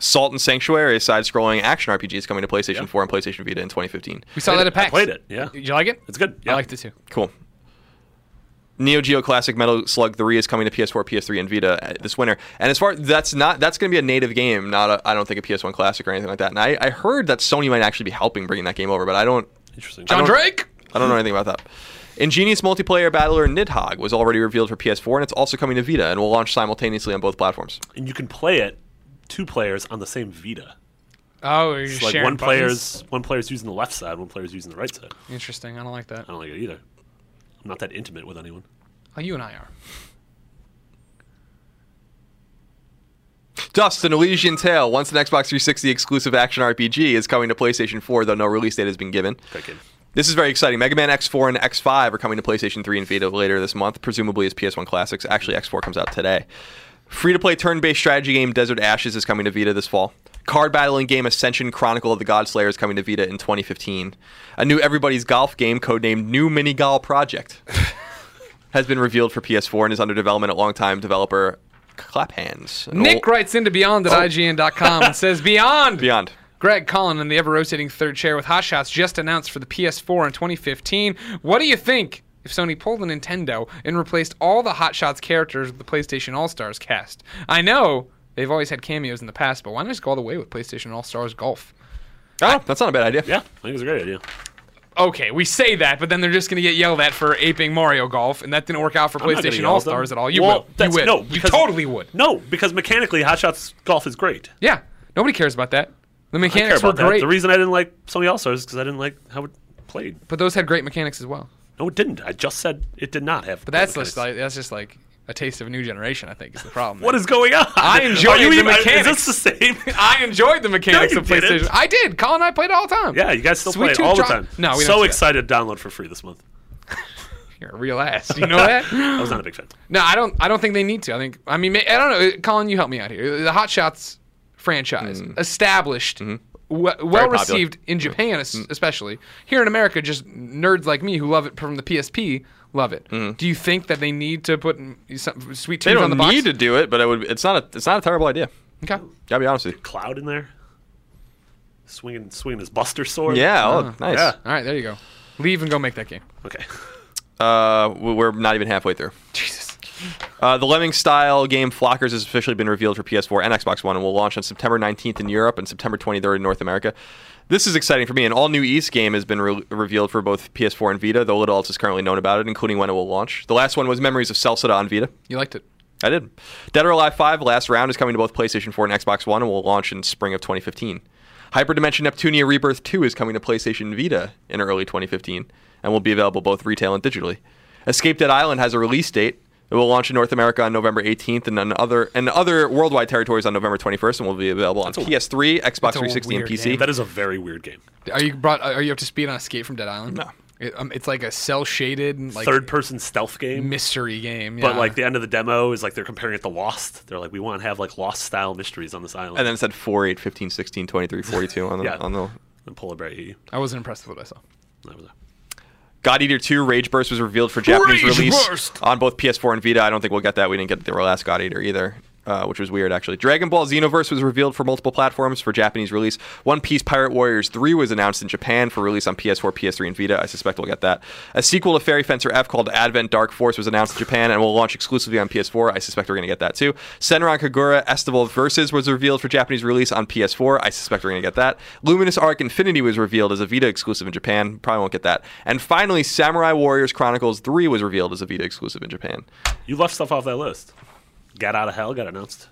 C: Salt and Sanctuary, a side-scrolling action RPG, is coming to PlayStation 4 and PlayStation Vita in 2015.
B: We saw that at PAX.
D: I played it. Yeah,
B: Did you like it?
D: it's good.
B: I
D: Yeah.
B: liked it too.
C: Cool. Neo Geo Classic Metal Slug 3 is coming to PS4, PS3, and Vita uh, this winter. And as far that's not that's going to be a native game, not a, I don't think a PS1 Classic or anything like that. And I, I heard that Sony might actually be helping bringing that game over, but I don't
D: Interesting.
B: John Drake.
C: I don't know anything about that. Ingenious multiplayer battler Nidhogg was already revealed for PS4, and it's also coming to Vita and will launch simultaneously on both platforms.
D: and you can play it two players on the same Vita.
B: Oh, you're
D: It's
B: just
D: like
B: sharing
D: one
B: buttons?
D: player's one player's using the left side, one player's using the right side.
B: Interesting. I don't like that.
D: I don't like it either. I'm not that intimate with anyone.
B: Oh, you and I are.
C: Dust and Elysian Tale, once an Xbox 360 exclusive action RPG, is coming to PlayStation 4, though no release date has been given.
D: Cricket.
C: This is very exciting. Mega Man X4 and X5 are coming to PlayStation 3 and Vita later this month, presumably as PS1 classics. Actually, X4 comes out today. Free to play turn based strategy game Desert Ashes is coming to Vita this fall. Card battling game Ascension Chronicle of the God Slayer is coming to Vita in 2015. A new Everybody's Golf game, codenamed New Mini Golf Project, has been revealed for PS4 and is under development at longtime developer Oh, Claphands. An
B: Nick
C: old-
B: writes into Beyond
D: Oh.
B: at IGN.com and says, Beyond.
C: Beyond.
B: Greg Cullen in the ever rotating third chair with Hot Shots just announced for the PS4 in 2015. What do you think if Sony pulled a Nintendo and replaced all the Hot Shots characters with the PlayStation All Stars cast? I know they've always had cameos in the past, but why not just go all the way with PlayStation All Stars Golf?
C: Oh, that's not a bad idea.
D: Yeah, I think it's a great idea.
B: Okay, we say that, but then they're just going to get yelled at for aping Mario Golf, and that didn't work out for
D: I'm not gonna
B: PlayStation
D: yell
B: All
D: at them.
B: Stars at all. You
D: Well,
B: will. You
D: that's-
B: would.
D: No,
B: you
D: because-
B: totally would.
D: No, because mechanically, Hot Shots Golf is great.
B: Yeah, nobody cares about that. The
D: I care
B: mechanics
D: about
B: were
D: that.
B: great,
D: The reason I didn't like Sony All Stars is because I didn't like how it played.
B: but those had great mechanics as well.
D: No, it didn't. I just said it did not have.
B: But that's just like that's just like a taste of a new generation. I think is the problem.
D: what is going on?
B: I enjoyed
D: Are you
B: the
D: even,
B: mechanics.
D: Is this the same?
B: I enjoyed the mechanics
D: No, you
B: of PlayStation.
D: didn't.
B: I did. Colin and I played it all the time.
D: yeah, you guys still
B: Sweet
D: play it
B: Tooth
D: all the
B: Dra-
D: time.
B: No, we don't do
D: so
B: that.
D: excited to download for free this month.
B: You're a real ass. You know that?
D: I was not a big fan.
B: no, I don't. I don't think they need to. I think. I mean, ma- I don't know. Colin, you help me out here. The Hot Shots franchise
D: Mm.
B: established.
D: Mm-hmm.
B: Well received in Japan, es- especially here in America. Just nerds like me who love it from the PSP love it.
D: Mm-hmm.
B: Do you think that they need to put mm, some sweet
C: They
B: tooth on
C: don't
B: the box?
C: need to do it, but it would. It's not a. It's not a terrible idea.
B: Okay.
C: Gotta be honest with you.
D: Cloud in there, swinging, swinging his Buster sword.
C: Yeah. Oh, nice.
D: Yeah.
B: All right, there you go. Leave and go make that game.
D: Okay.
C: Uh, we- we're not even halfway through.
B: Jesus.
C: Uh, the Lemming style game Flockers has officially been revealed for PS4 and Xbox One and will launch on September 19th in Europe and September 23rd in North America. This is exciting for me. An all new East game has been re- revealed for both PS4 and Vita, though little else is currently known about it, including when it will launch. The last one was Memories of Salsada on Vita.
B: You liked it.
C: I did. Dead or Alive 5 Last Round is coming to both PlayStation 4 and Xbox One and will launch in spring of 2015. Hyperdimension Neptunia Rebirth 2 is coming to PlayStation Vita in early 2015 and will be available both retail and digitally. Escape Dead Island has a release date. It will launch in North America on November 18th and on other and other worldwide territories on November 21st and will be available on PS3, Xbox 360, and
B: weird
C: PC.
B: name.
D: That is a very weird game.
B: Are you brought? Are you up to speed on Escape from Dead Island? No. It, um, it's like a cell shaded like
D: Third person stealth game.
B: mystery game.
D: But
B: yeah.
D: like the end of the demo is like they're comparing it to Lost. They're like, we want to have like Lost style mysteries on this island.
C: And then it said 4, 8, 15, 16, 23, 42 on the,
D: Yeah.
C: on the
D: and pull it right at you.
B: I wasn't impressed with what I saw.
D: That was a-
C: God Eater 2 Rage Burst was revealed for Japanese
B: Rage
C: release
B: Burst!
C: on both PS4 and Vita. I don't think we'll get that. We didn't get the last God Eater either, uh, which was weird actually. Dragon Ball Xenoverse was revealed for multiple platforms for Japanese release. One Piece Pirate Warriors 3 was announced in Japan for release on PS4, PS3, and Vita. I suspect we'll get that. A sequel to Fairy Fencer F called Advent Dark Force was announced in Japan and will launch exclusively on PS4. I suspect we're going to get that too. Senran Kagura Estival Versus was revealed for Japanese release on PS4. I suspect we're going to get that. Luminous Arc Infinity was revealed as a Vita exclusive in Japan. Probably won't get that. And finally, Samurai Warriors Chronicles 3 was revealed as a Vita exclusive in Japan.
D: You left stuff off that list. Got out of hell got announced.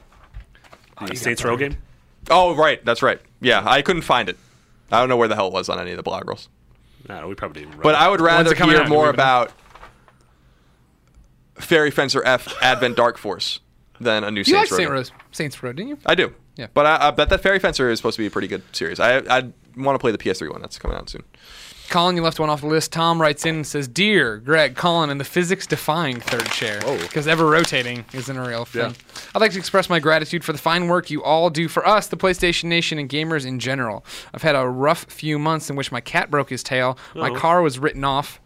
D: The Saints Row game.
C: Oh, right. That's right. Yeah, I couldn't find it. I don't know where the hell it was on any of the blog rolls.
D: No, we probably didn't.
C: But I would rather
B: it coming
C: hear
B: out?
C: more
B: Do we
C: about Fairy Fencer F Advent Dark Force than a new
B: You
C: Saints
B: liked Saint
C: Row.
B: Row, Saints Row, didn't you?
C: I do.
B: Yeah.
C: But I, I bet that Fairy Fencer is supposed to be a pretty good series. I I want to play the PS3 one that's coming out soon.
B: Colin, you left one off the list. Tom writes in and says, "Dear Greg, Colin, and the physics-defying third chair, because ever rotating isn't a real thing. I'd like to express my gratitude for the fine work you all do for us, the PlayStation Nation, and gamers in general. I've had a rough few months in which my cat broke his tail, my car was written off,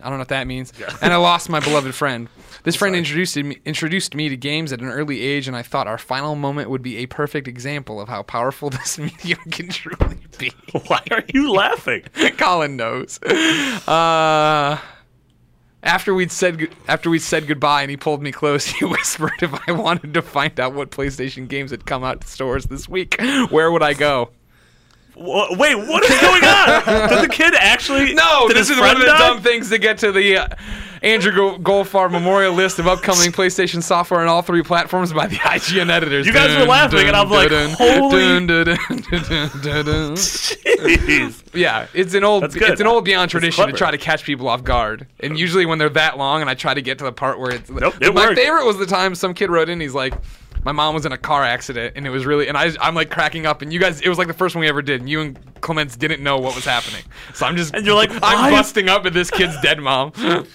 B: I don't know what that means. And I lost my beloved friend. This friend introduced me, introduced me to games at an early age, and I thought our final moment would be a perfect example of how powerful this medium can truly be.
D: Why are you laughing?
B: Colin knows. Uh, after we'd said good- after we said goodbye, and he pulled me close, he whispered if I wanted to find out what PlayStation games had come out to stores this week, where would I go?
D: Wha- Wait, what is going on? Did the kid actually?
B: No,
D: did
B: this
D: his
B: is one of
D: friend
B: the
D: die?
B: dumb things to get to the uh, Andrew Go- Goldfarb memorial list of upcoming PlayStation software on all three platforms by the IGN editors.
D: You guys were laughing, and I'm like, holy- Jeez.
B: Yeah, it's an old,
D: That's good.
B: it's an old beyond
D: That's
B: tradition to
D: clever.
B: try to catch people off guard. And usually when they're that long, and I try to get to the part where it's
D: Nope,
B: So
D: it
B: my
D: worked.
B: favorite was the time some kid wrote in. He's like, my mom was in a car accident, and it was really, and I, I'm like cracking up. And you guys, it was like the first one we ever did. And you and Clements didn't know what was happening, so I'm just,
D: And you're like,
B: I'm
D: why?
B: busting up at this kid's dead mom. Is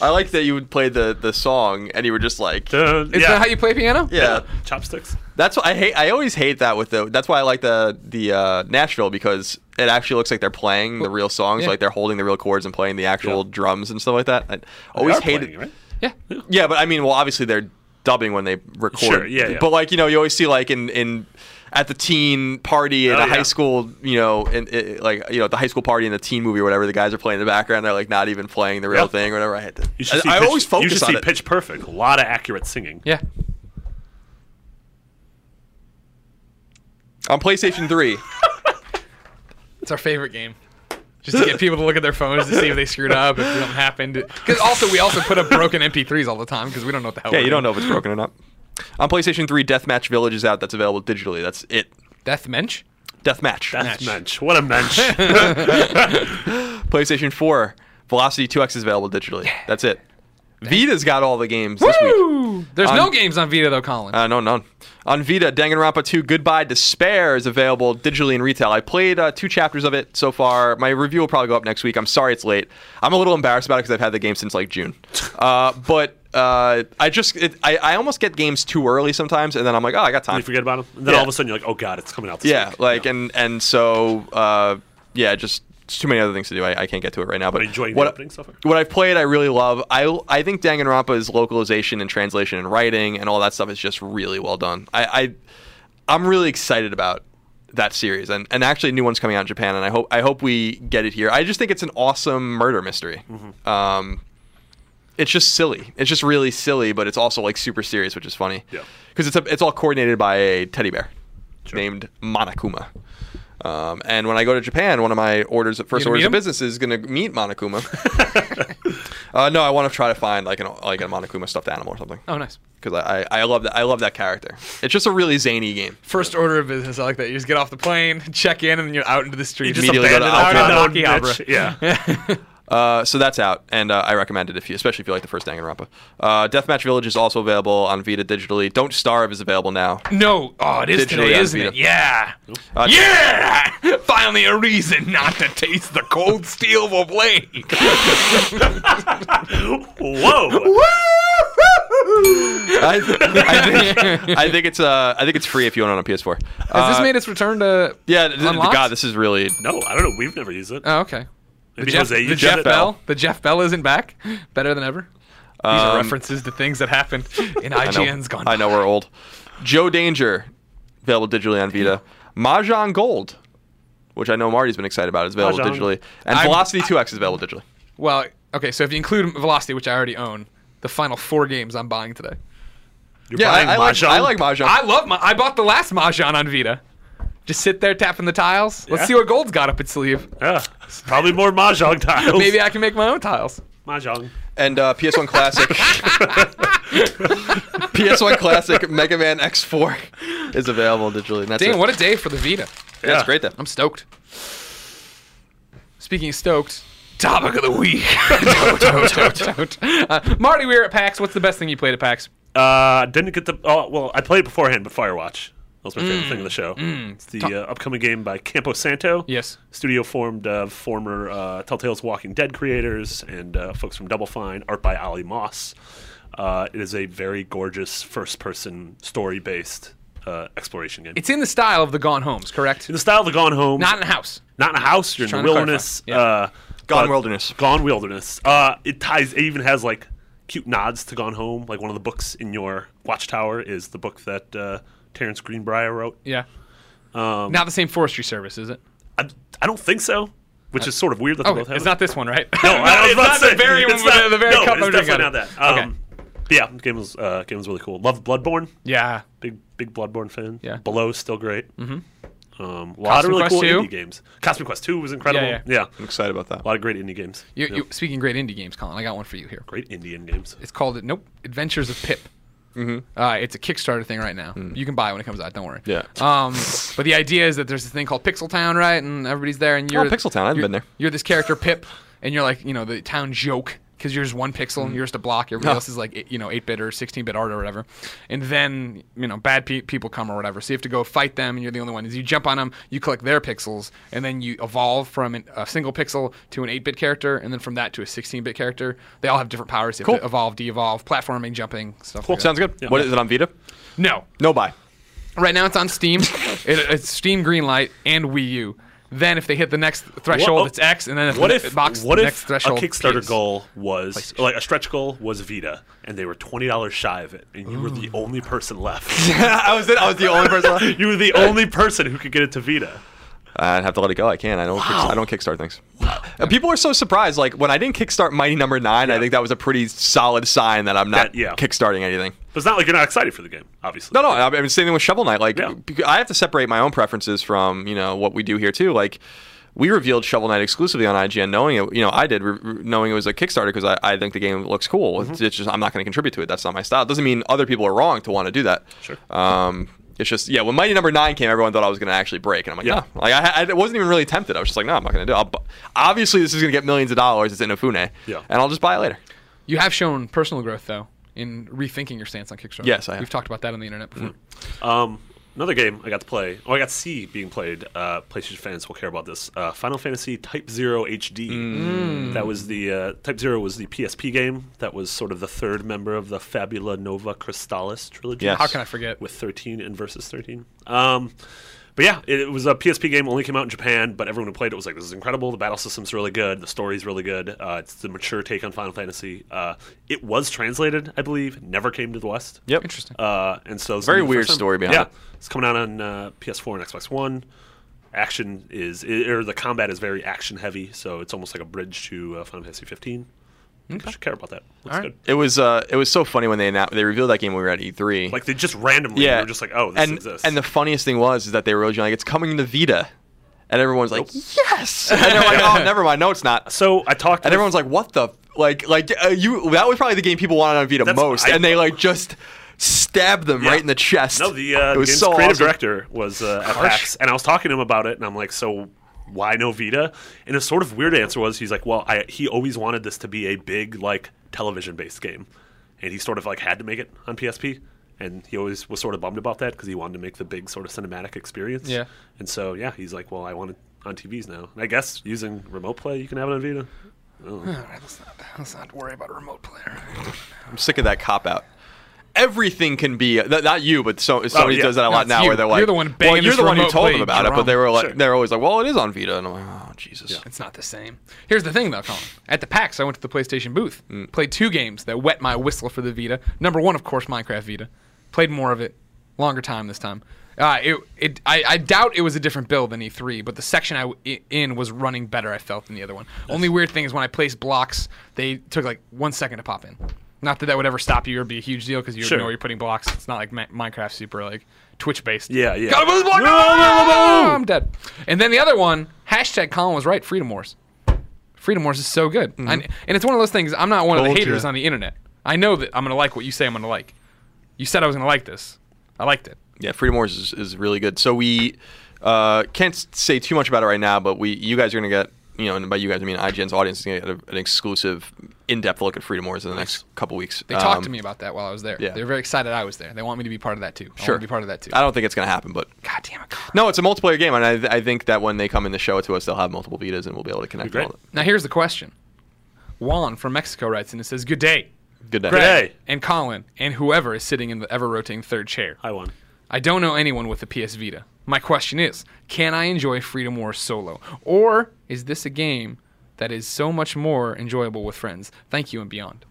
C: I like that you would play the the song and you were just like
D: Uh, yeah.
B: that how you play piano?
C: yeah.
D: Chopsticks.
C: That's what I hate. I always hate that with the. That's why I like the the uh, Nashville because it actually looks like they're playing the real songs,
B: Yeah.
C: like they're holding the real chords and playing the actual drums and stuff like that. I always
D: They are
C: hated.
D: playing, right?
B: Yeah.
C: Yeah, but I mean, well, obviously they're dubbing when they record.
D: Sure, yeah, yeah.
C: But like you know, you always see like in in at the teen party at
D: Oh,
C: a high
D: yeah.
C: school, you know, in, in like you know at the high school party in the teen movie or whatever, the guys are playing in the background. They're like not even playing the real
D: Yeah.
C: thing or whatever. I had to.
D: You should see
C: I, I
D: pitch,
C: always focus
D: You should
C: on
D: see
C: it.
D: Pitch Perfect. A lot of accurate singing.
B: Yeah.
C: on PlayStation Three.
B: It's our favorite game. Just to get people to look at their phones to see if they screwed up, if something happened. Because also, we also put up broken MP3s all the time because we don't know what the hell.
C: yeah,
B: we're
C: you don't
B: doing.
C: know if it's broken or not. On PlayStation Three, Deathmatch Village is out. That's available digitally. That's it.
B: Deathmatch?
C: Deathmatch.
D: That's mensch. What a mensch.
C: PlayStation Four, Velocity 2X is available digitally. That's it. Vita's got all the games this week.
B: Woo! There's no
C: On-
B: games on Vita though, Colin.
C: Uh, no, none. On Vita, Danganronpa 2 Goodbye Despair is available digitally in retail. I played uh, two chapters of it so far. My review will probably go up next week. I'm sorry it's late. I'm a little embarrassed about it because I've had the game since like June. Uh, but uh, I just, it, I, I almost get games too early sometimes, and then I'm like, oh, I got time.
D: you forget about him. And then
C: Yeah.
D: all of a sudden you're like, oh god, it's coming out. This
C: Yeah,
D: week.
C: like, and and so, uh, yeah, just it's too many other things to do. I, I can't get to it right now. But
D: enjoying the
C: what,
D: opening so far?
C: what I've played, I really love. I I think Danganronpa's localization and translation and writing and all that stuff is just really well done. I, I I'm really excited about that series and, and actually a new one's coming out in Japan and I
B: Mm-hmm.
C: hope I hope we get it here. I just think it's an awesome murder mystery. Um, it's just silly. It's just really silly, but it's also like super serious, which is funny.
D: Yeah.
C: Because it's a, it's all coordinated by a teddy bear named Monokuma. Um, and when I go to Japan, one of my orders, first
B: gonna
C: orders
B: meet
C: of
B: him?
C: business is going to meet Monokuma. uh, no, I want to try to find like an like a Monokuma stuffed animal or something
B: Oh, nice.
C: because I, I, I love that I love that character. It's just a really zany game.
B: First order of business. I like that. You just get off the plane, check in, and then you're out into the street.
C: just Immediately go to
D: abandoned
B: Alcatraz.
D: unknown
B: Akihabara.
D: bitch. Yeah.
C: Uh, so that's out, and uh, I recommend it if you, especially if you like the first Danganronpa. Uh, Deathmatch Village is also available on Vita digitally. Don't Starve is available now.
B: no. Oh, it is
C: Digitally
B: today,
C: on
B: isn't
C: Vita.
B: it? Yeah.
C: Uh,
B: yeah. Finally, a reason not to taste the cold steel of a blade.
D: Whoa.
C: I, I, think, I think it's uh, I think it's free if you own it on PS4. Uh,
B: Has this made its return to?
C: yeah, th- th-
B: unlocked?
C: God, this is really
D: No, I don't know. We've never used it.
B: Oh, okay. The
D: Maybe Jose
B: the
D: used
B: Jeff
D: it.
B: Bell. The Jeff Bell isn't back. Better than ever. These are
C: Um,
B: references to things that happened in
C: I know-
B: IGN's gone.
C: I know we're old. Joe Danger available digitally on Vita. Mahjong Gold, which I know Marty's been excited about, is available
D: Mahjong.
C: digitally, and
B: I'm-
C: Velocity 2X is available digitally.
B: Well, okay. So if you include Velocity, which I already own, the final four games I'm buying today.
D: You're
C: Yeah, I,
D: buying
C: I like
D: Mahjong?
C: I like Mahjong.
B: I love my. I bought the last Mahjong on Vita. Just sit there tapping the tiles. Let's
D: Yeah.
B: see what gold's got up its sleeve.
D: Yeah. It's probably more Mahjong tiles.
B: Maybe I can make my own tiles.
D: Mahjong.
C: and uh, PS1 Classic. PS1 Classic Mega Man X4 is available digitally. And that's
B: Damn,
C: it.
B: what a day for the Vita.
C: Yeah, it's great though.
B: I'm stoked. Speaking of stoked, topic of the week. Tote, tote, tote, tote. Uh, Marty, we were at PAX. What's the best thing you played at PAX?
D: Uh, didn't get the. Oh, well, I played it beforehand, but Firewatch. That was my favorite
B: Mm.
D: thing of the show. It's the uh, upcoming game by Campo Santo.
B: Yes.
D: Studio formed of former uh, Telltale's Walking Dead creators and uh, folks from Double Fine, art by Ali Moss. Uh, it is a very gorgeous first person story based uh, exploration game.
B: It's in the style of the Gone Homes, correct?
D: in the style of the Gone Home.
B: Not in a house.
D: not in a house. You're in the
B: trying to clarify.
D: wilderness.
B: Yeah.
D: Uh,
C: Gone
D: but-
C: Wilderness.
D: Gone Wilderness. Uh, it ties. It even has like cute nods to Gone Home. Like one of the books in your Watchtower is the book that uh, Terrence Greenbrier wrote.
B: Yeah.
D: Um,
B: Not the same forestry service, is it?
D: I, I don't think so, which is sort of weird that they
B: Oh,
D: both have
B: it's
D: it.
B: not this one, right?
D: No, I was
B: it's
D: about
B: not
D: to say,
B: the very,
D: it's
B: the-
D: not-
B: the very
D: no,
B: cup
D: it's
B: I'm
D: definitely
B: drinking
D: not
B: out
D: that.
B: of.
D: Um,
B: okay.
D: but yeah, the game was uh, game was really cool. Love Bloodborne.
B: Yeah.
D: Big big Bloodborne fan.
B: Yeah.
D: Below still great. Mm-hmm. Um, a lot
B: Cosmic
D: of really
B: Quest
D: cool
B: 2?
D: indie games. Cosmic Quest Two was incredible.
B: Yeah,
D: Yeah,
C: I'm excited about that.
D: a lot of great indie games.
B: You,
D: Yeah.
B: you, speaking of great indie games, Colin, I got one for you here.
D: Great Indian games.
B: It's called Nope Adventures of Pip. Mm-hmm. Uh, it's a Kickstarter thing right now. You can buy it when it comes out. Don't worry.
C: Mm. Yeah.
B: Um, but the idea is that there's this thing called Pixel Town, right? And everybody's there, and you're
C: Pixel Town, I haven't
B: you're-
C: Oh, been there.
B: You're this character Pip, and you're like, you know, the town joke because you're just one pixel and you're just a block. Everybody else is like, eight- you know, eight bit or sixteen bit art or whatever. And then you know, bad pe- people come or whatever, so you have to go fight them, and you're the only one. Is you jump on them, you collect their pixels, and then you evolve from an, a single pixel to an eight bit character, and then from that to a sixteen bit character. They all have different powers. You have to evolve, de-evolve, platforming, jumping, stuff. Like that.
C: Sounds good. What is it on Vita?
B: No,
C: No buy.
B: Right now, it's on Steam. it, it's Steam Greenlight and Wii U. Then, if they hit the next threshold,
D: What- oh,
B: it's X, and then if
D: What
B: the
D: if
B: box
D: what
B: the
D: if
B: next threshold
D: a Kickstarter
B: PS.
D: goal was like a stretch goal was Vita, and they were twenty dollars shy of it, and you were the
B: Oh.
D: only person left.
C: I was I was the only person. left.
D: you were the only person who could get it to Vita.
C: I'd have to let it go. I can. I don't. Kick, I don't kickstart things. Uh, people are so surprised. Like when I didn't kickstart Mighty Number Nine, I think that was a pretty solid sign that I'm not
D: That- yeah.
C: kickstarting anything.
D: But it's not like you're not excited for the game, obviously.
C: No, no. I mean, same thing with Shovel Knight. Like,
D: Yeah.
C: bec- I have to separate my own preferences from you know what we do here too. Like, we revealed Shovel Knight exclusively on IGN, knowing it. You know, I did re- re- knowing it was a Kickstarter because I, I think the game looks cool.
D: Mm-hmm.
C: It's, it's just I'm not going to contribute to it. That's not my style. Doesn't mean other people are wrong to want to do that.
D: Sure.
C: Um, it's just yeah. When Mighty Number Nine came, everyone thought I was going to actually break, and I'm like,
D: Yeah.
C: no. Like I, ha- I wasn't even really tempted. I was just like, no, I'm not going to do. it. I'll bu- obviously, this is going to get millions of dollars. It's Inafune.
D: Yeah.
C: And I'll just buy it later.
B: You have shown personal growth, though, in rethinking your stance on Kickstarter.
C: Yes, I have.
B: We've talked about that on the internet before.
D: Um, another game I got to play, or I got to see being played. Uh, PlayStation fans will care about this. Uh, Final Fantasy Type Zero HD.
B: Mm.
D: That was the uh, Type Zero was the PSP game. That was sort of the third member of the Fabula Nova Crystallis trilogy.
C: Yes.
B: How can I forget?
D: with 13 and versus 13. Um, but yeah, it, it was a PSP game. Only came out in Japan, but everyone who played it was like, "This is incredible! The battle system's really good. The story's really good. Uh, it's the mature take on Final Fantasy." Uh, it was translated, I believe. Never came to the West.
C: Yep.
B: Interesting.
D: Uh, and so, this
C: Very
D: will be the
C: weird
D: first time.
C: story behind
D: yeah,
C: it.
D: It's coming out on uh, PS4 and Xbox One. Action is, i- or the combat is very action heavy, so it's almost like a bridge to uh, Final Fantasy 15. I should care about that. Looks
B: All right.
D: good.
C: It was uh, it was so funny when they announced, they revealed that game when we were at E E3.
D: Like they just randomly
C: yeah,
D: were just like, oh, this
C: and
D: exists.
C: and the funniest thing was is that they were originally like, it's coming to Vita, and everyone's like, yes, and they're like, oh, never mind, no, it's not.
D: so I talked.
C: And
D: with-
C: everyone's like, "What the f-" like like uh, you?" That was probably the game people wanted on Vita
D: That's-
C: most,
D: I-
C: and they like just stabbed them
D: Yeah.
C: right in the chest.
D: No, the, uh,
C: it
D: the
C: was
D: game's
C: so
D: creative
C: awesome.
D: director was uh, at PAX, and I was talking to him about it, and I'm like, so why no Vita? And his sort of weird answer was, he's like, well, I, he always wanted this to be a big like television based game, and he sort of like had to make it on PSP, and he always was sort of bummed about that because he wanted to make the big sort of cinematic experience.
B: Yeah.
D: And so yeah, he's like, well, I want it on TVs now, and I guess using remote play, you can have it on Vita.
B: Let's not worry about a remote player.
C: I'm sick of that cop out. Everything can be uh, th- not you, but so somebody
D: Oh, yeah.
C: does that a
D: No,
C: lot
B: it's
C: now,
B: you.
C: where they're
B: You're
C: like,
B: the one banging
C: "Well, you're
B: this
C: the one who
B: remote
C: told
B: plate,
C: them about it,"
B: Jerome.
C: but they were like,
D: Sure.
C: they're always like, "Well, it is on Vita," and I'm like, "Oh Jesus."
B: It's not the same. Here's the thing, though, Colin. At the PAX, I went to the PlayStation booth, played two games that wet my whistle for the Vita. Number one, of course, Minecraft Vita. Played more of it, longer time this time. Uh, it, it, I, I doubt it was a different build than E3, but the section I w- i- in was running better, I felt, than the other one. Only weird thing is when I placed blocks, they took like one second to pop in. Not that that would ever stop you or be a huge deal because you
D: Sure.
B: know you're putting blocks. It's not like Mi- Minecraft super like Twitch based.
D: Yeah, yeah.
B: Gotta put this block. Ah, I'm dead. And then the other one, hashtag Colin was right. Freedom Wars. Freedom Wars is so good,
C: Mm-hmm.
B: I- and it's one of those things. I'm not one of
C: Told
B: the haters
C: ya.
B: on the internet. I know that I'm gonna like what you say. I'm gonna like. You said I was gonna like this. I liked it.
C: Yeah, Freedom Wars is, is really good. So we uh, can't s- say too much about it right now, but we you guys are gonna get you know, and by you guys I mean IGN's audience is gonna get a, an exclusive, in-depth look at Freedom Wars in the next couple weeks.
B: They talked to me about that while I was there.
C: Um, yeah.
B: They were very excited I was there. They want me to be part of that too. I
C: Sure.
B: want to be part of that too.
C: I don't think it's gonna happen, but
B: God damn it, Colin.
C: no, it's a multiplayer game, and I, th- I think that when they come in to show it to us, they'll have multiple Vitas, and we'll be able to connect.
D: Great.
C: All of
B: Now here's the question. Juan from Mexico writes in and says, "Good day."
C: it. Good day.
D: Hey,
B: And Colin and whoever is sitting in the ever rotating third chair.
D: I won.
B: I don't know anyone with a PS Vita. My question is, can I enjoy Freedom Wars solo? Or is this a game that is so much more enjoyable with friends? Thank you and beyond.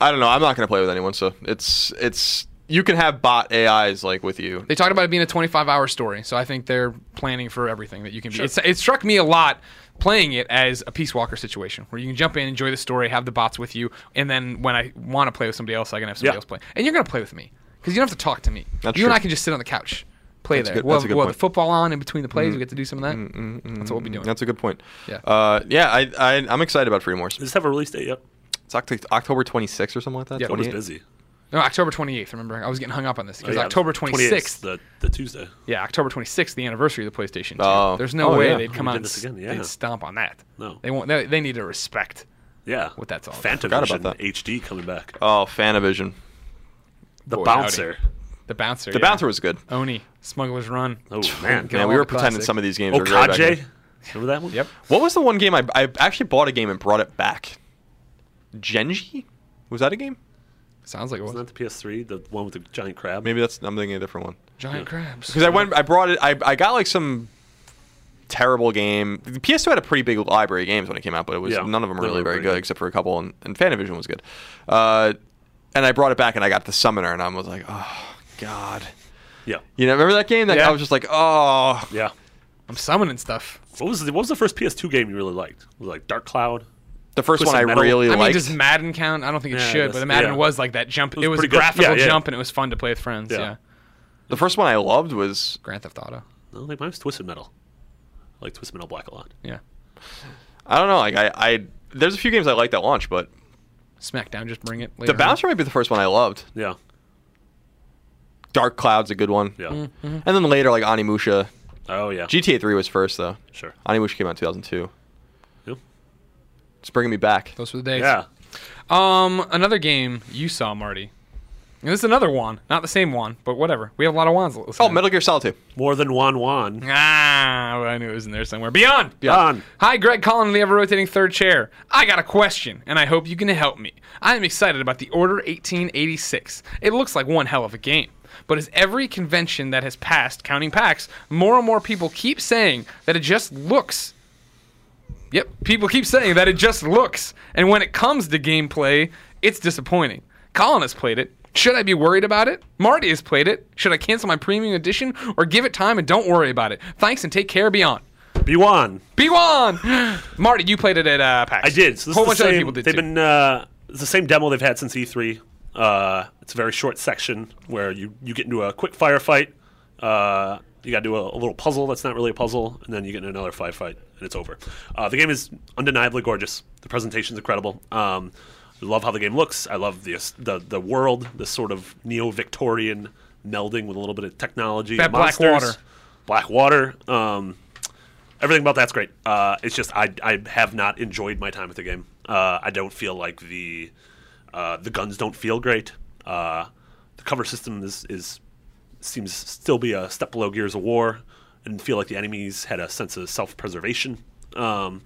C: I don't know. I'm not gonna play with anyone, so it's it's you can have bot AIs like with you.
B: They talked about it being a 25 hour story, so I think they're planning for everything that you can be. It's, it struck me a lot playing it as a Peace Walker situation where you can jump in, enjoy the story, have the bots with you, and then when I want to play with somebody else, I can have somebody
D: Yeah.
B: else play. And you're going to play with me because you don't have to talk to me.
C: That's
B: you and
C: true.
B: I can just sit on the couch, play
C: That's a
B: there.
C: good-
B: we'll
C: that's a
B: have,
C: good
B: we'll have
C: point. Mm-hmm.
B: the football on in between the plays. We get to do some of that. That's what we'll be doing.
C: That's a good point.
B: Yeah.
C: Uh, yeah. I, I I'm excited about Freedom Wars.
D: Does this have a release date yet?
C: It's Oct- October 26th or something like that.
B: Yeah, it
D: I was
C: 28th?
D: busy.
B: No, October 28th. Remember, I was getting hung up on this because
D: Oh, Yeah,
B: October
D: 28th
B: 26th.
D: 's the, the Tuesday.
B: Yeah, October 26th, the anniversary of the PlayStation 2.
C: Oh.
B: There's no
C: Oh,
B: way
C: yeah.
B: they'd come
D: We
B: out
D: did
B: and
D: this
B: s-
D: again, yeah.
B: they'd stomp on that.
D: No.
B: they want. They, they need to respect.
D: Yeah,
B: What that's all about.
D: Phantom
C: Forgot
D: Vision
C: about that.
D: HD coming back.
C: Oh, Fanavision.
D: The
B: Boy,
D: bouncer.
B: howdy. The bouncer.
C: The
B: yeah.
C: bouncer was good.
B: Oni. Smuggler's Run.
D: Oh man,
C: Man,
B: all
C: we
B: the Oh,
C: were pretending
B: classic.
C: some of these games were great. back
D: Okaje.
C: then.
D: Remember that one?
B: Yep.
C: What was the one game I, I actually bought a game and brought it back? Genji? Was that a game?
B: Sounds like it was.
D: Wasn't that the PS3, the one with the giant crab?
C: Maybe that's I'm thinking a different one.
B: Giant crabs.
C: Because I went, I brought it, I, I got like some terrible game. The PS2 had a pretty big library of games when it came out, but it was
D: Yeah,
C: none of them were
D: they
C: really
D: were
C: very
D: pretty
C: good
D: good.
C: except for a couple, and, and Fanavision was good. Uh, and I brought it back and I got the Summoner, and I was like, oh God.
D: Yeah.
C: You know, remember that game? That I
B: Yeah.
C: was just like, oh,
D: Yeah.
B: I'm summoning stuff.
D: What was the, what was the first PS2 game you really liked? Was it like Dark Cloud?
C: the first
D: Twisted
C: one I
D: Metal.
C: really
B: I mean,
C: liked.
B: does Madden count? I don't think it
D: Yeah, I
B: should,
D: guess-
B: but Madden
D: yeah.
B: was like that jump. It was,
D: was
B: a
D: pretty good.
B: graphical
D: Yeah, yeah.
B: jump, and it was fun to play with friends. Yeah.
D: Yeah.
C: The first one I loved was
B: Grand Theft Auto.
D: I don't think mine was Twisted Metal. I like Twisted Metal Black a lot.
B: Yeah.
C: I don't know. Like I, I there's a few games I liked at launch, but
B: SmackDown, just bring it. Later
C: the
B: on.
C: Bouncer might be the first one I loved.
D: Yeah.
C: Dark Cloud's a good one,
D: Yeah.
B: Mm-hmm.
C: and then later like Animusha.
D: Oh yeah.
C: GTA 3 was first though.
D: sure.
C: Animusha came out in 2002.
D: Yep.
C: It's bringing me back.
B: Those were the days.
D: Yeah.
B: Um, another game you saw, Marty. And this is another one, not the same one, but whatever. We have a lot of wands.
C: Oh, Metal Gear Solid 2.
D: More than Wan Wan.
B: Ah, well, I knew it was in there somewhere. Beyond.
C: Yeah.
D: Wan.
B: Hi, Greg Collin in the ever rotating third chair. I got a question, and I hope you can help me. I am excited about the Order 1886. It looks like one hell of a game. But as every convention that has passed, counting packs, more and more people keep saying that it just looks. Yep, people keep saying that it just looks. And when it comes to gameplay, it's disappointing. Colin has played it. Should I be worried about it? Marty has played it. Should I cancel my premium edition or give it time and don't worry about it? Thanks and take care, Beyond.
D: Be Wan.
B: B1! Marty, you played it at uh, PAX.
D: I did. So this
B: whole bunch
D: is the
B: of other
D: same-
B: people did
D: They've
B: too.
D: been. Uh, It's the same demo they've had since E3. Uh, it's a very short section where you, you get into a quick firefight. Uh, you got to do a, a little puzzle that's not really a puzzle, and then you get into another firefight, and it's over. Uh, the game is undeniably gorgeous. The presentation's incredible. Um, I love how the game looks. I love the the, the world, this sort of neo-Victorian melding with a little bit of technology.
B: That
D: and
B: black
D: monsters.
B: water.
D: Black water. Um, everything about that's great. Uh, it's just I, I have not enjoyed my time with the game. Uh, I don't feel like the uh, the guns don't feel great. Uh, the cover system is, is seems still be a step below Gears of War. I didn't feel like the enemies had a sense of self preservation. Um,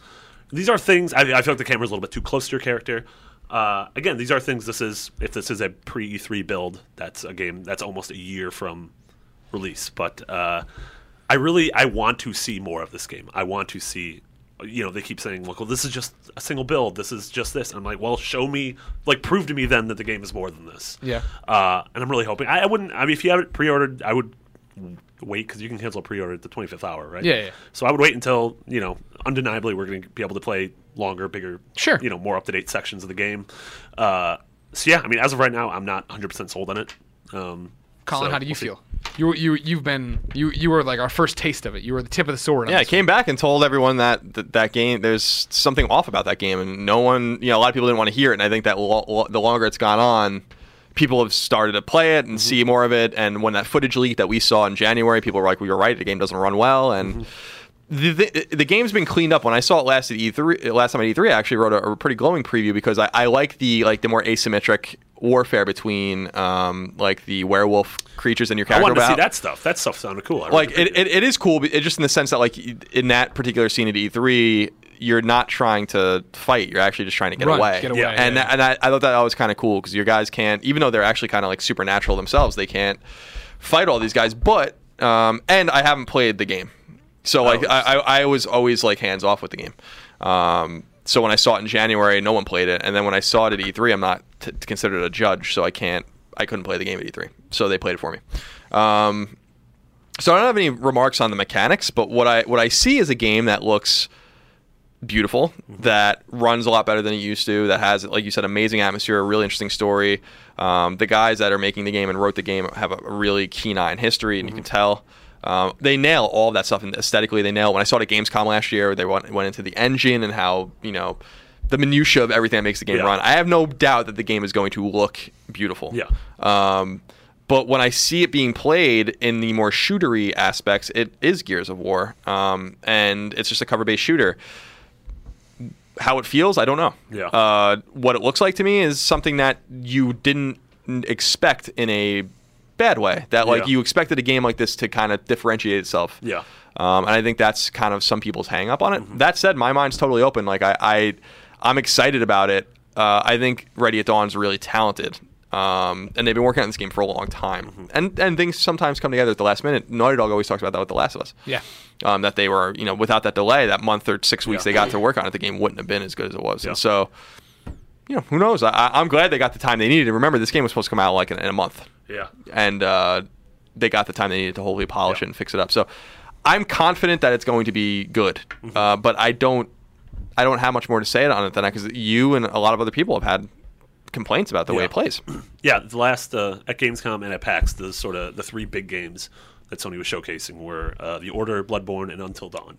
D: these are things I, I feel like the camera's a little bit too close to your character. Uh, again, these are things. This is if this is a pre E3 build, that's a game that's almost a year from release. But uh, I really I want to see more of this game. I want to see. You know, they keep saying, "Look, well, this is just a single build. This is just this." I'm like, "Well, show me, like, prove to me then that the game is more than this."
B: Yeah.
D: Uh, and I'm really hoping. I, I wouldn't. I mean, if you haven't pre-ordered, I would wait because you can cancel pre-order at the 25th hour, right?
B: Yeah, yeah.
D: So I would wait until you know, undeniably, we're going to be able to play longer, bigger,
B: Sure.
D: you know, more up-to-date sections of the game. Uh, so yeah, I mean, as of right now, I'm not 100 percent sold on it. Um,
B: Colin,
D: so
B: how do you
D: we'll see.
B: feel? You you you've been you you were like our first taste of it. You were the tip of the sword. on
C: Yeah, I
B: this
C: came back and told everyone that, that that game there's something off about that game, and no one, you know, a lot of people didn't want to hear it. And I think that lo- lo- the longer it's gone on, people have started to play
D: Mm-hmm.
C: it and see more of it. And when that footage leak that we saw in January, people were like, "We were right. The game doesn't run well." And
D: Mm-hmm.
C: the, the the game's been cleaned up. When I saw it last at E3, last time at E3, I actually wrote a, a pretty glowing preview because I, I like the like the more asymmetric warfare between um like the werewolf creatures and your
D: I
C: character.
D: wanted to see
C: about
D: that stuff. That stuff sounded cool. I really
C: like it,
D: appreciate
C: it, it is cool but it, just in the sense that like in that particular scene at E3 you're not trying to fight you're actually just trying to get
B: Run,
C: away
B: get away,
D: Yeah.
C: and
B: yeah.
C: that, and I, I thought that was kind of cool because your guys can't even though they're actually kind of like supernatural themselves they can't fight all these guys but um, and I haven't played the game so
B: Oh.
C: like I, I, I was always like hands off with the game um, so when I saw it in January no one played it and then when I saw it at E3 I'm not t- considered a judge so I can't I couldn't play the game at E3 so they played it for me um, so I don't have any remarks on the mechanics, but what I what I see is a game that looks beautiful, that runs a lot better than it used to, that has like you said, amazing atmosphere, a really interesting story. Um, the guys that are making the game and wrote the game have a really keen eye on history, and you can tell. Um, they nail all of that stuff, and aesthetically, they nail. When I saw it at Gamescom last year, they went, went into the engine and how you know the minutia of everything that makes the game
D: Yeah.
C: run. I have no doubt that the game is going to look beautiful.
D: Yeah.
C: Um, but when I see it being played in the more shootery aspects, it is Gears of War, um, and it's just a cover-based shooter. How it feels, I don't know.
D: Yeah.
C: Uh, what it looks like to me is something that you didn't n- expect in a bad way. That like
D: Yeah.
C: you expected a game like this to kind of differentiate itself.
D: Yeah.
C: Um, and I think that's kind of some people's hang up on it. That said, my mind's totally open. Like I, I I'm excited about it. Uh, I think Ready at Dawn's really talented. Um, and they've been working on this game for a long time. And and things sometimes come together at the last minute. Naughty Dog always talks about that with The Last of Us.
B: Yeah.
C: Um, that they were, you know, without that delay, that month or six weeks they got to work on it, the game wouldn't have been as good as it was.
D: Yeah.
C: And so, you know, who knows? I- I, I'm glad they got the time they needed. Remember, this game was supposed to come out like in, in a month
D: it. yeah.
C: and uh, they got the time they needed to wholly polish it and fix it up. So I'm confident that it's going to be good, uh, but I don't I don't have much more to say on it than I because you and a lot of other people have had complaints about the way
D: Yeah.
C: it plays.
D: yeah, the last uh, at Gamescom and at PAX, the sort of the three big games that Sony was showcasing were uh, The Order, Bloodborne, and Until Dawn.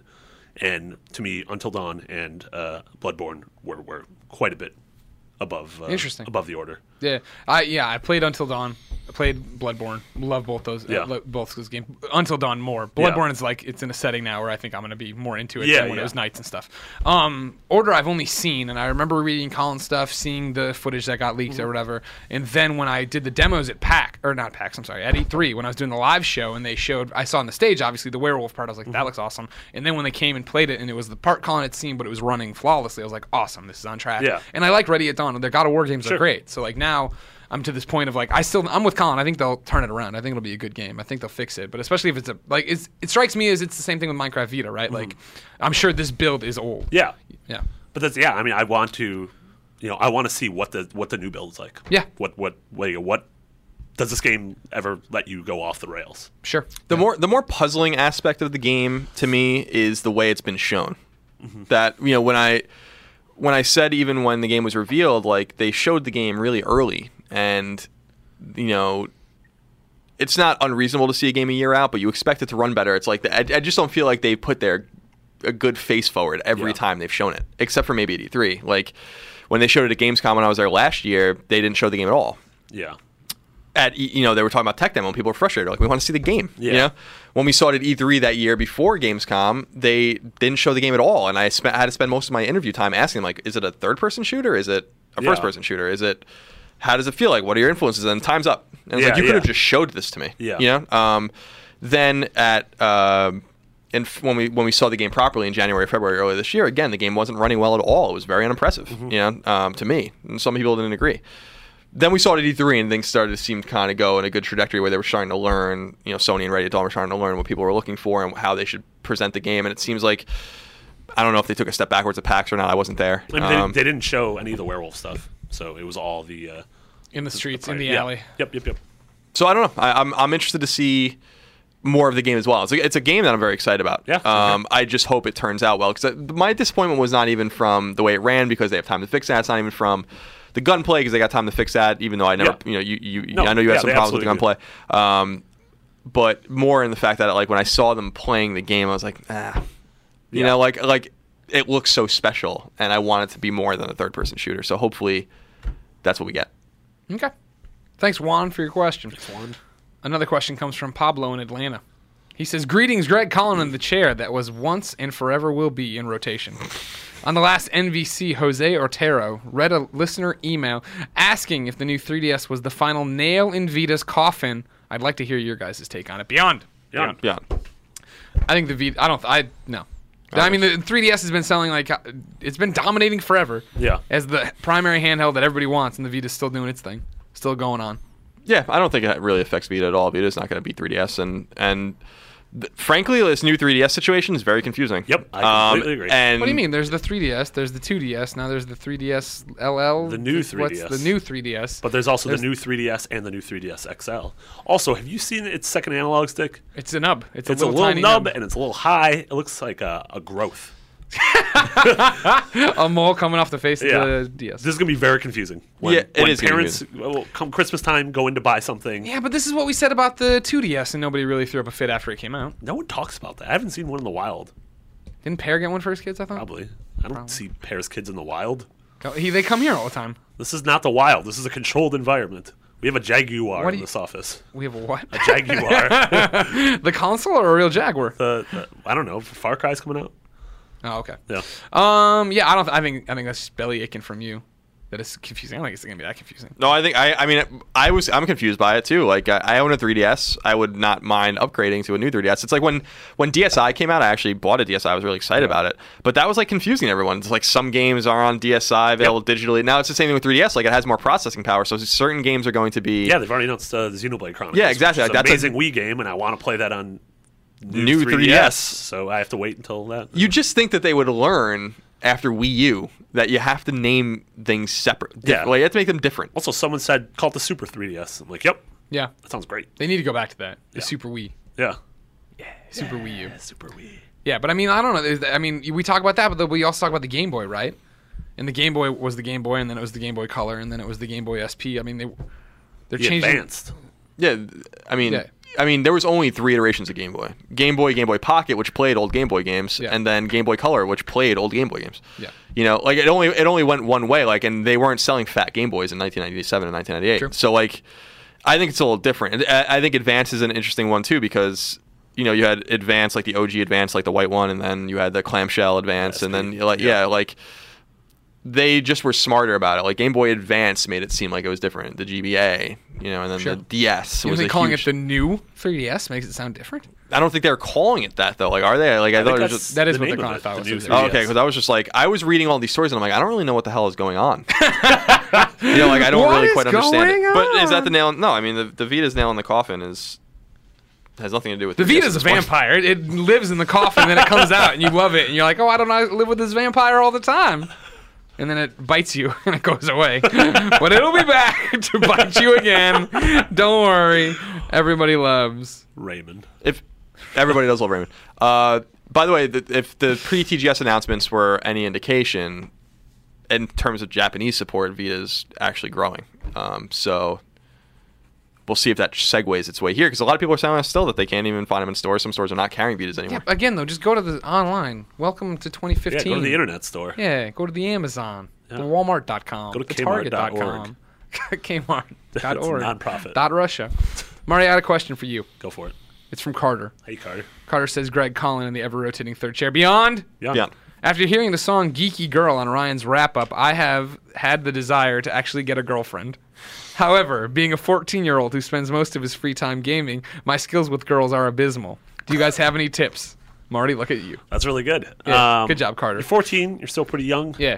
D: And to me, Until Dawn and uh, Bloodborne were, were quite a bit above uh,
B: Interesting.
D: above the Order.
B: Yeah, I yeah I played Until Dawn. I played Bloodborne. Love both those.
D: Yeah.
B: Yeah. both those games. Until Dawn more. Bloodborne is like it's in a setting now where I think I'm gonna be more into it
D: Yeah,
B: than when
D: yeah.
B: it was nights and stuff. Um, Order I've only seen, and I remember reading Colin's stuff, seeing the footage that got leaked or whatever, and then when I did the demos at PAC or not PAX, I'm sorry, at E3 when I was doing the live show and they showed I saw on the stage obviously the werewolf part. I was like
D: Mm-hmm.
B: that looks awesome, and then when they came and played it and it was the part Colin had seen but it was running flawlessly, I was like awesome, this is on track.
D: Yeah.
B: And I like Ready at Dawn. The God of War games are great. So like now I'm to this point of like I still I'm with Colin. I think they'll turn it around. I think it'll be a good game. I think they'll fix it. But especially if it's a like it's, it strikes me as it's the same thing with Minecraft Vita, right? Like I'm sure this build is old.
D: Mm-hmm. Yeah,
B: Yeah.
D: but that's yeah. I mean, I want to, you know, I want to see what the what the new build's like.
B: Yeah.
D: What what what what does this game ever let you go off the rails?
B: Sure.
C: The more the more puzzling aspect of the game to me is the way it's been shown. That you know when I when I said even when the game was revealed, like they showed the game really early, and you know, it's not unreasonable to see a game a year out, but you expect it to run better. It's like the, I, I just don't feel like they put their a good face forward every
D: Yeah.
C: time they've shown it, except for maybe at E3. Like when they showed it at Gamescom when I was there last year, they didn't show the game at all
D: Yeah.
C: at E- you know they were talking about tech demo and people were frustrated like we want to see the game you
D: Yeah.
C: know when we saw it at E3 that year before Gamescom they didn't show the game at all and I spent I had to spend most of my interview time asking them like is it a third person shooter is it a
D: Yeah.
C: first person shooter is it how does it feel like what are your influences and time's up and it's like
D: Yeah,
C: you could have
D: yeah.
C: just showed this to me
D: Yeah.
C: you know um, then at um, and f- when we when we saw the game properly in January, February, earlier this year, again the game wasn't running well at all. It was very unimpressive,
D: Mm-hmm.
C: you know, um, to me. And some people didn't agree then we saw it at E3 and things started to seem to kind of go in a good trajectory where they were trying to learn, you know, Sony and Ready to Dawn were trying to learn what people were looking for and how they should present the game. And it seems like, I don't know if they took a step backwards at PAX or not. I wasn't there.
D: I mean, they-
C: Um,
D: they, didn't show any of the werewolf stuff, so it was all the. Uh,
B: in the streets, in
D: fight.
B: the
D: Yeah.
B: alley.
D: Yep, yep, yep.
C: so I don't know. I, I'm, I'm interested to see more of the game as well. It's a, it's a game that I'm very excited about.
D: Yeah, okay.
C: Um, I just hope it turns out well because my disappointment was not even from the way it ran because they have time to fix that. It's not even from the gunplay because they got time to fix that. Even though I never,
D: Yeah.
C: you know, you, you
D: No,
C: I know you
D: yeah,
C: had some
D: they
C: problems with the gunplay.
D: absolutely
C: Um, but more in the fact that like when I saw them playing the game, I was like, ah, you
D: Yeah.
C: know, like like it looks so special, and I want it to be more than a third person shooter. So hopefully, that's what we get.
B: Okay. Thanks, Juan, for your question. Another question comes from Pablo in Atlanta. He says, Greetings, Greg Collin in the chair that was once and forever will be in rotation. On the last NVC, Jose Ortero read a listener email asking if the new 3DS was the final nail in Vita's coffin. I'd like to hear your guys' take on it. Beyond.
D: Yeah.
C: Yeah.
B: I think the V. I don't. I no. I mean, the 3DS has been selling like uh, it's been dominating forever.
D: Yeah.
B: As the primary handheld that everybody wants, and the Vita's still doing its thing, still going on.
C: Yeah, I don't think it really affects Vita at all. Vita's not going to beat 3DS, and and th- frankly, this new 3DS situation is very confusing.
D: Yep, I
C: Um,
D: completely agree.
C: And
B: What do you mean? There's the 3DS, there's the 2DS, now there's the 3DS LL.
D: The new
B: What's
D: 3DS.
B: the new 3DS?
D: But there's also the new 3DS and the new 3DS XL. Also, have you seen its second analog stick?
B: it's a nub. It's a
D: It's a
B: little,
D: little
B: tiny
D: nub and it's a little high. It looks like a, a growth.
B: a mole coming off the face
D: Yeah.
B: of the DS.
D: This is gonna be very confusing. When,
C: Yeah, it
D: when
C: is gonna be
D: parents well, come Christmas time go in to buy something.
B: yeah, but this is what we said about the 2DS, and nobody really threw up a fit after it came out.
D: No one talks about that. I haven't seen one in the wild.
B: Didn't Pear get one for his kids? I thought.
D: Probably. I don't see Paris kids in the wild.
B: Go- He, they come here all the time.
D: This is not the wild. This is a controlled environment. We have a jaguar
B: What do
D: in
B: you-
D: this office.
B: We have a what?
D: Jaguar.
B: the console or a real Jaguar?
D: Uh, uh, I don't know. Far Cry's coming out.
B: Oh, okay.
D: Yeah.
B: Um, yeah, I don't. I think I think that's just belly aching from you. That is confusing. I don't think it's gonna be that confusing.
C: No, I think I. I mean, I was. I'm confused by it too. Like, I, I own a 3DS. I would not mind upgrading to a new 3DS. It's like when when DSi came out. I actually bought a DSi. I was really excited about it. But that was like confusing everyone. It's like some games are on DSi available digitally. Now it's the same thing with 3DS. Like it has more processing power. So certain games are going to be
D: Yeah, they've already announced uh, the Xenoblade Chronicles.
C: Yeah, exactly.
D: Which is
C: Like, that's a-
D: amazing Wii game, and I want to play that on new,
C: New
D: 3DS,
C: 3DS.
D: So I have to wait until that.
C: you just think that they would learn after Wii U that you have to name things separate. Diff-
D: Yeah.
C: Like, you have to make them different.
D: also, someone said call it the Super 3DS. I'm like, yep,
B: Yeah,
D: that sounds great.
B: they need to go back to that. The Super Wii,
D: Yeah,
B: Super Wii U.
D: Super Wii.
B: Yeah, but I mean, I don't know. There's- I mean, we talk about that, but then we also talk about the Game Boy, right? And the Game Boy was the Game Boy, and then it was the Game Boy Color, and then it was the Game Boy SP. I mean, they they're
D: The
B: changing.
D: advanced.
C: Yeah. I mean,
B: Yeah.
C: I mean, there was only three iterations of Game Boy: Game Boy, Game Boy Pocket, which played old Game Boy games,
B: Yeah.
C: and then Game Boy Color, which played old Game Boy games.
B: Yeah.
C: You know, like it only it only went one way. Like, and they weren't selling fat Game Boys in 1997 and 1998.
B: True.
C: So like, I think it's a little different. And uh, I, I think Advance is an interesting one too because. You know, you had Advance, like the OG Advance, like the white one, and then you had the clamshell Advance, and then like yeah, like they just were smarter about it. Like Game Boy Advance made it seem like it was different. The GBA, you know, and then
B: Sure.
C: the DS
B: You know,
C: was
B: they
C: a
B: calling
C: huge-
B: it the new 3DS makes it sound different.
C: I don't think they're calling it that though. Like, are they? Like, I, thought it was just.
B: That is
D: the
B: what the
D: name of
B: Chronic
D: it,
B: thought was
D: new
B: it was.
C: Oh,
D: 3DS.
C: okay, because I was just like, I was reading all these stories, and I'm like, I don't really know what the hell is going on. you know, like I don't
B: What
C: really
B: is
C: quite understand.
B: going
C: It. But
B: on?
C: is that the nail? No, I mean the the Vita's nail in the coffin is has nothing to do with
B: The
C: 3DS at
B: Vita's a
C: this point.
B: vampire. It, it lives in the coffin, then it comes out, and you love it, and you're like, "Oh, I don't know, I live with this vampire all the time," and then it bites you, and it goes away, but it'll be back to bite you again. Don't worry, everybody loves.
D: Raymond.
C: If everybody does love Raymond. Uh, by the way, the, if the pre TGS announcements were any indication, in terms of Japanese support, Vita's actually growing. Um, so we'll see if that segues its way here because a lot of people are saying still that they can't even find them in stores. Some stores are not carrying Vitas anymore.
B: Yeah, again though, just go to the online. Welcome to 2015.
D: Yeah, go to the internet store.
B: Yeah, go to the Amazon,
D: Yeah.
B: the Walmart.com,
D: Go to
B: the
D: Kmart.org.
B: Target.com, Kmart.org,
D: That's a nonprofit.
B: dot Russia. Mari, I had a question for you.
D: Go for it.
B: It's from Carter.
D: Hey, Carter.
B: Carter says, "Greg Collin in the ever-rotating third chair beyond."
D: um,
C: Yeah.
B: After hearing the song Geeky Girl on Ryan's wrap up, I have had the desire to actually get a girlfriend. However, being a 14 year old who spends most of his free time gaming, my skills with girls are abysmal. Do you guys have any tips? Marty, look at you.
D: That's really good.
B: Yeah,
D: Um,
B: good job, Carter.
D: You're 14. You're still pretty young.
B: Yeah.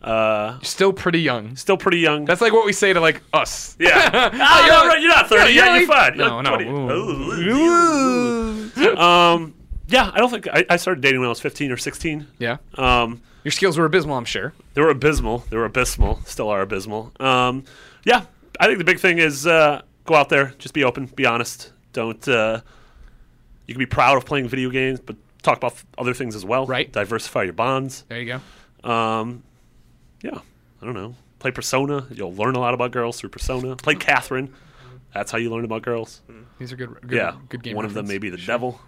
D: Uh,
B: You're still pretty young.
D: still pretty young.
B: That's like what we say to like us.
D: yeah. Ah, you're, not, you're not 30.
B: Yeah,
D: Yeah,
B: you're
D: you're
B: like-
D: fine. You're
B: No,
D: like
B: no.
D: 20.
B: Ooh.
D: um, yeah, I don't think I, I started dating when I was 15 or 16.
B: Yeah.
D: Um,
B: Your skills were abysmal, I'm sure.
D: they were abysmal. They were abysmal. Still are abysmal. Um, yeah, I think the big thing is uh, go out there, just be open, be honest. Don't. Uh, you can be proud of playing video games, but talk about f- other things as well.
B: Right.
D: Diversify your bonds.
B: There you go.
D: Um, yeah, I don't know. Play Persona. You'll learn a lot about girls through Persona. Play Catherine. That's how you learn about girls.
B: These are good, good,
D: yeah,
B: good game
D: One of them may
B: reference.
D: be the devil.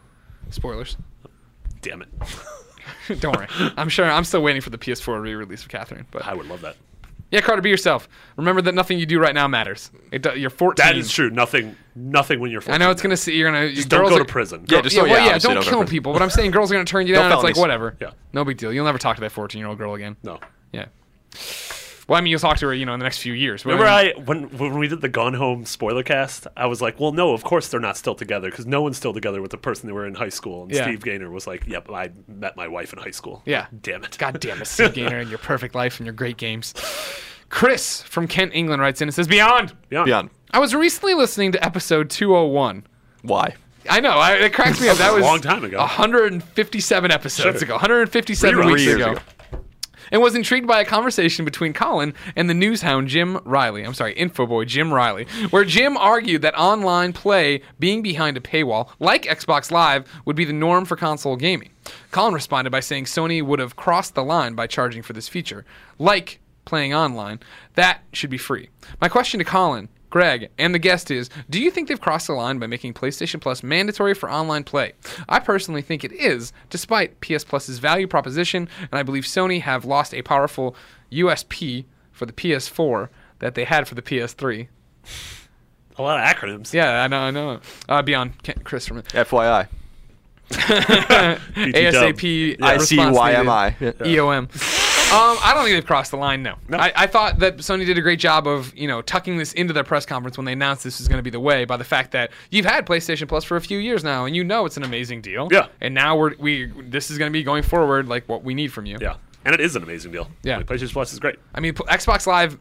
B: Spoilers.
D: Damn it!
B: Don't worry. I'm sure. I'm still waiting for the PS4 re-release of Catherine. But
D: I would love that.
B: yeah, Carter, be yourself. Remember that nothing you do right now matters. It, do- you're 14.
D: That is true. Nothing. Nothing when you're. 14.
B: I know it's gonna see. You're gonna.
D: Just don't
B: girls
D: go
B: are-
D: to prison.
C: Yeah, just
B: yeah,
C: so,
B: well, yeah.
C: obviously
B: Don't
C: don't go
B: kill
C: for-
B: people. But I'm saying girls are gonna turn you down.
C: Don't
B: It's like
C: felonies.
B: whatever.
D: Yeah.
B: No big deal. You'll never talk to that 14 year old girl again.
D: No.
B: Yeah. Well, I mean, you'll talk to her, you know, in the next few years. but-
D: Remember, I when when we did the Gone Home spoiler cast, I was like, "Well, no, of course they're not still together because no one's still together with the person they were in high school." And
B: Yeah.
D: Steve Gaynor was like, "Yep, I met my wife in high school."
B: Yeah.
D: damn it.
B: God damn it, Steve Gaynor and your perfect life and your great games. Chris from Kent, England writes in and says, Beyond!
D: Yeah.
C: Beyond.
B: I was recently listening to episode 201.
C: Why?
B: I know, I, it cracks me up. That was
D: a long time ago.
B: 157 episodes
D: Sure.
B: ago, 157
D: Three
B: weeks
C: years
B: ago.
C: ago.
B: And was intrigued by a conversation between Colin and the news hound Jim Riley. I'm sorry, Infoboy Jim Riley, where Jim argued that online play being behind a paywall, like Xbox Live, would be the norm for console gaming. Colin responded by saying Sony would have crossed the line by charging for this feature, like playing online. That should be free. My question to Colin, Greg, and the guest is Do you think they've crossed the line by making PlayStation Plus mandatory for online play? I personally think it is, despite PS Plus's value proposition, and I believe Sony have lost a powerful USP for the PS4 that they had for the PS3.
D: a lot of acronyms.
B: Yeah, I know, I know. Uh, beyond Ken- Chris from
C: FYI.
B: ASAP. uh,
C: I
B: response
C: see why am
B: needed.
C: I. E Yeah.
B: EOM. E Um, I don't think they've crossed the line. No, I, I thought that Sony did a great job of you know tucking this into their press conference when they announced this is going to be the way by the fact that you've had PlayStation Plus for a few years now and you know it's an amazing deal.
D: Yeah.
B: And now we're we this is going to be going forward like what we need from you.
D: Yeah, and it is an amazing deal.
B: Yeah.
D: like, PlayStation Plus is great.
B: I mean, P- Xbox Live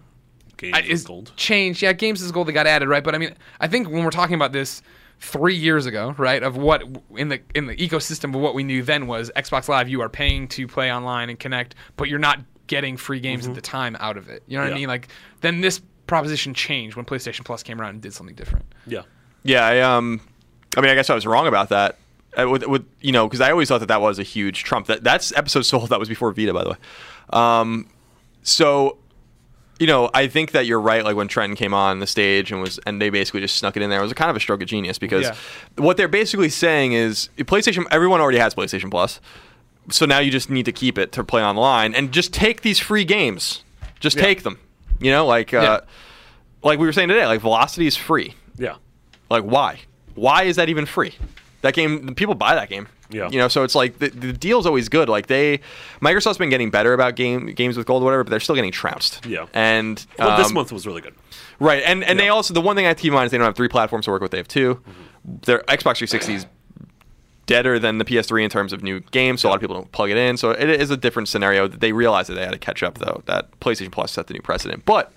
D: Games
B: I-
D: is
B: is
D: gold.
B: changed. Yeah, games is gold. They got added, right? But I mean, I think when we're talking about this three years ago, right, of what in the in the ecosystem of what we knew then was Xbox Live. You are paying to play online and connect, but you're not getting free games at the time out of it. You know what
D: Yeah.
B: I mean? Like then this proposition changed when PlayStation Plus came around and did something different.
D: Yeah,
C: Yeah, I um, I mean, I guess I was wrong about that. Uh, with, with you know, because I always thought that that was a huge trump. That that's episode sold. That was before Vita, by the way. Um, so, you know, I think that you're right. Like when Trenton came on the stage and was, and they basically just snuck it in there. It was a kind of a stroke of genius because
B: Yeah.
C: what they're basically saying is PlayStation. Everyone already has PlayStation Plus, so now you just need to keep it to play online and just take these free games. Just take them. You know, like uh, like we were saying today, like Velocity is free.
D: yeah,
C: Like, why? Why is that even free? That game, people buy that game.
D: Yeah.
C: You know, so it's like the, the deal's always good. Like they, Microsoft's been getting better about game games with gold, or whatever, but they're still getting trounced.
D: Yeah.
C: And
D: Well, this
C: um,
D: month was really good.
C: right? And and they also the one thing I have to keep in mind is they don't have three platforms to work with. They have 2 Their Xbox 360 is deader than the PS3 in terms of new games, so a lot of people don't plug it in. So it is a different scenario. They realized that they had to catch up, though. That PlayStation Plus set the new precedent, but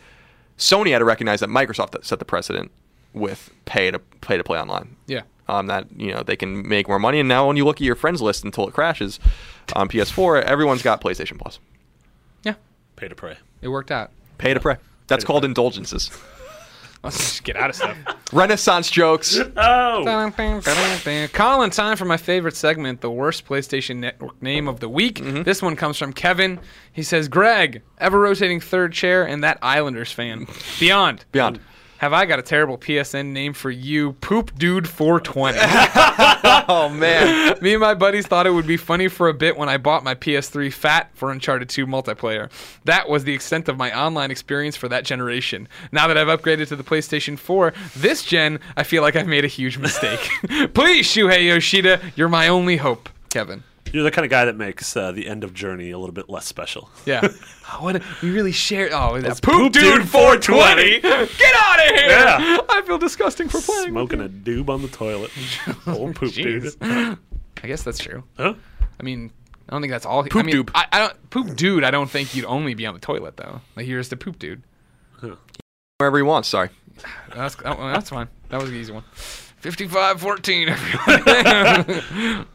C: Sony had to recognize that Microsoft set the precedent with pay to pay to play online.
B: Yeah.
C: Um, that you know they can make more money, and now when you look at your friends list until it crashes on PS4, everyone's got PlayStation Plus.
B: Yeah,
D: Pay to pray.
B: it worked out.
C: Pay to pray. That's called indulgences.
B: Let's just get out of stuff.
C: Renaissance jokes.
D: Oh,
B: Colin, time for my favorite segment, the worst PlayStation Network name of the week. This one comes from Kevin. He says, Greg, ever rotating third chair and that Islanders fan. Beyond.
C: Beyond.
B: Have I got a terrible PSN name for you, Poop Dude 420?
C: Oh man.
B: Me and my buddies thought it would be funny for a bit when I bought my PS3 fat for Uncharted 2 multiplayer. That was the extent of my online experience for that generation. Now that I've upgraded to the PlayStation 4, this gen, I feel like I've made a huge mistake. Please, Shuhei Yoshida, you're my only hope, Kevin.
D: you're the kind of guy that makes uh, the end of Journey a little bit less special.
B: Yeah. Oh, what a- we really shared. Oh, that's
D: Poop Dude 420.
B: Get out of here!
D: Yeah.
B: I feel disgusting for playing.
D: Smoking a doob on the toilet. Old poop dude.
B: Jeez. I guess that's true.
D: Huh?
B: I mean, I don't think that's all. I
C: Poop
B: mean,
C: dude.
B: I, I don't poop dude. I don't think you'd only be on the toilet though. Like here's the poop dude.
C: Wherever he wants. Sorry.
B: That's that one- that's fine. That was the easy one. 55-14, everyone.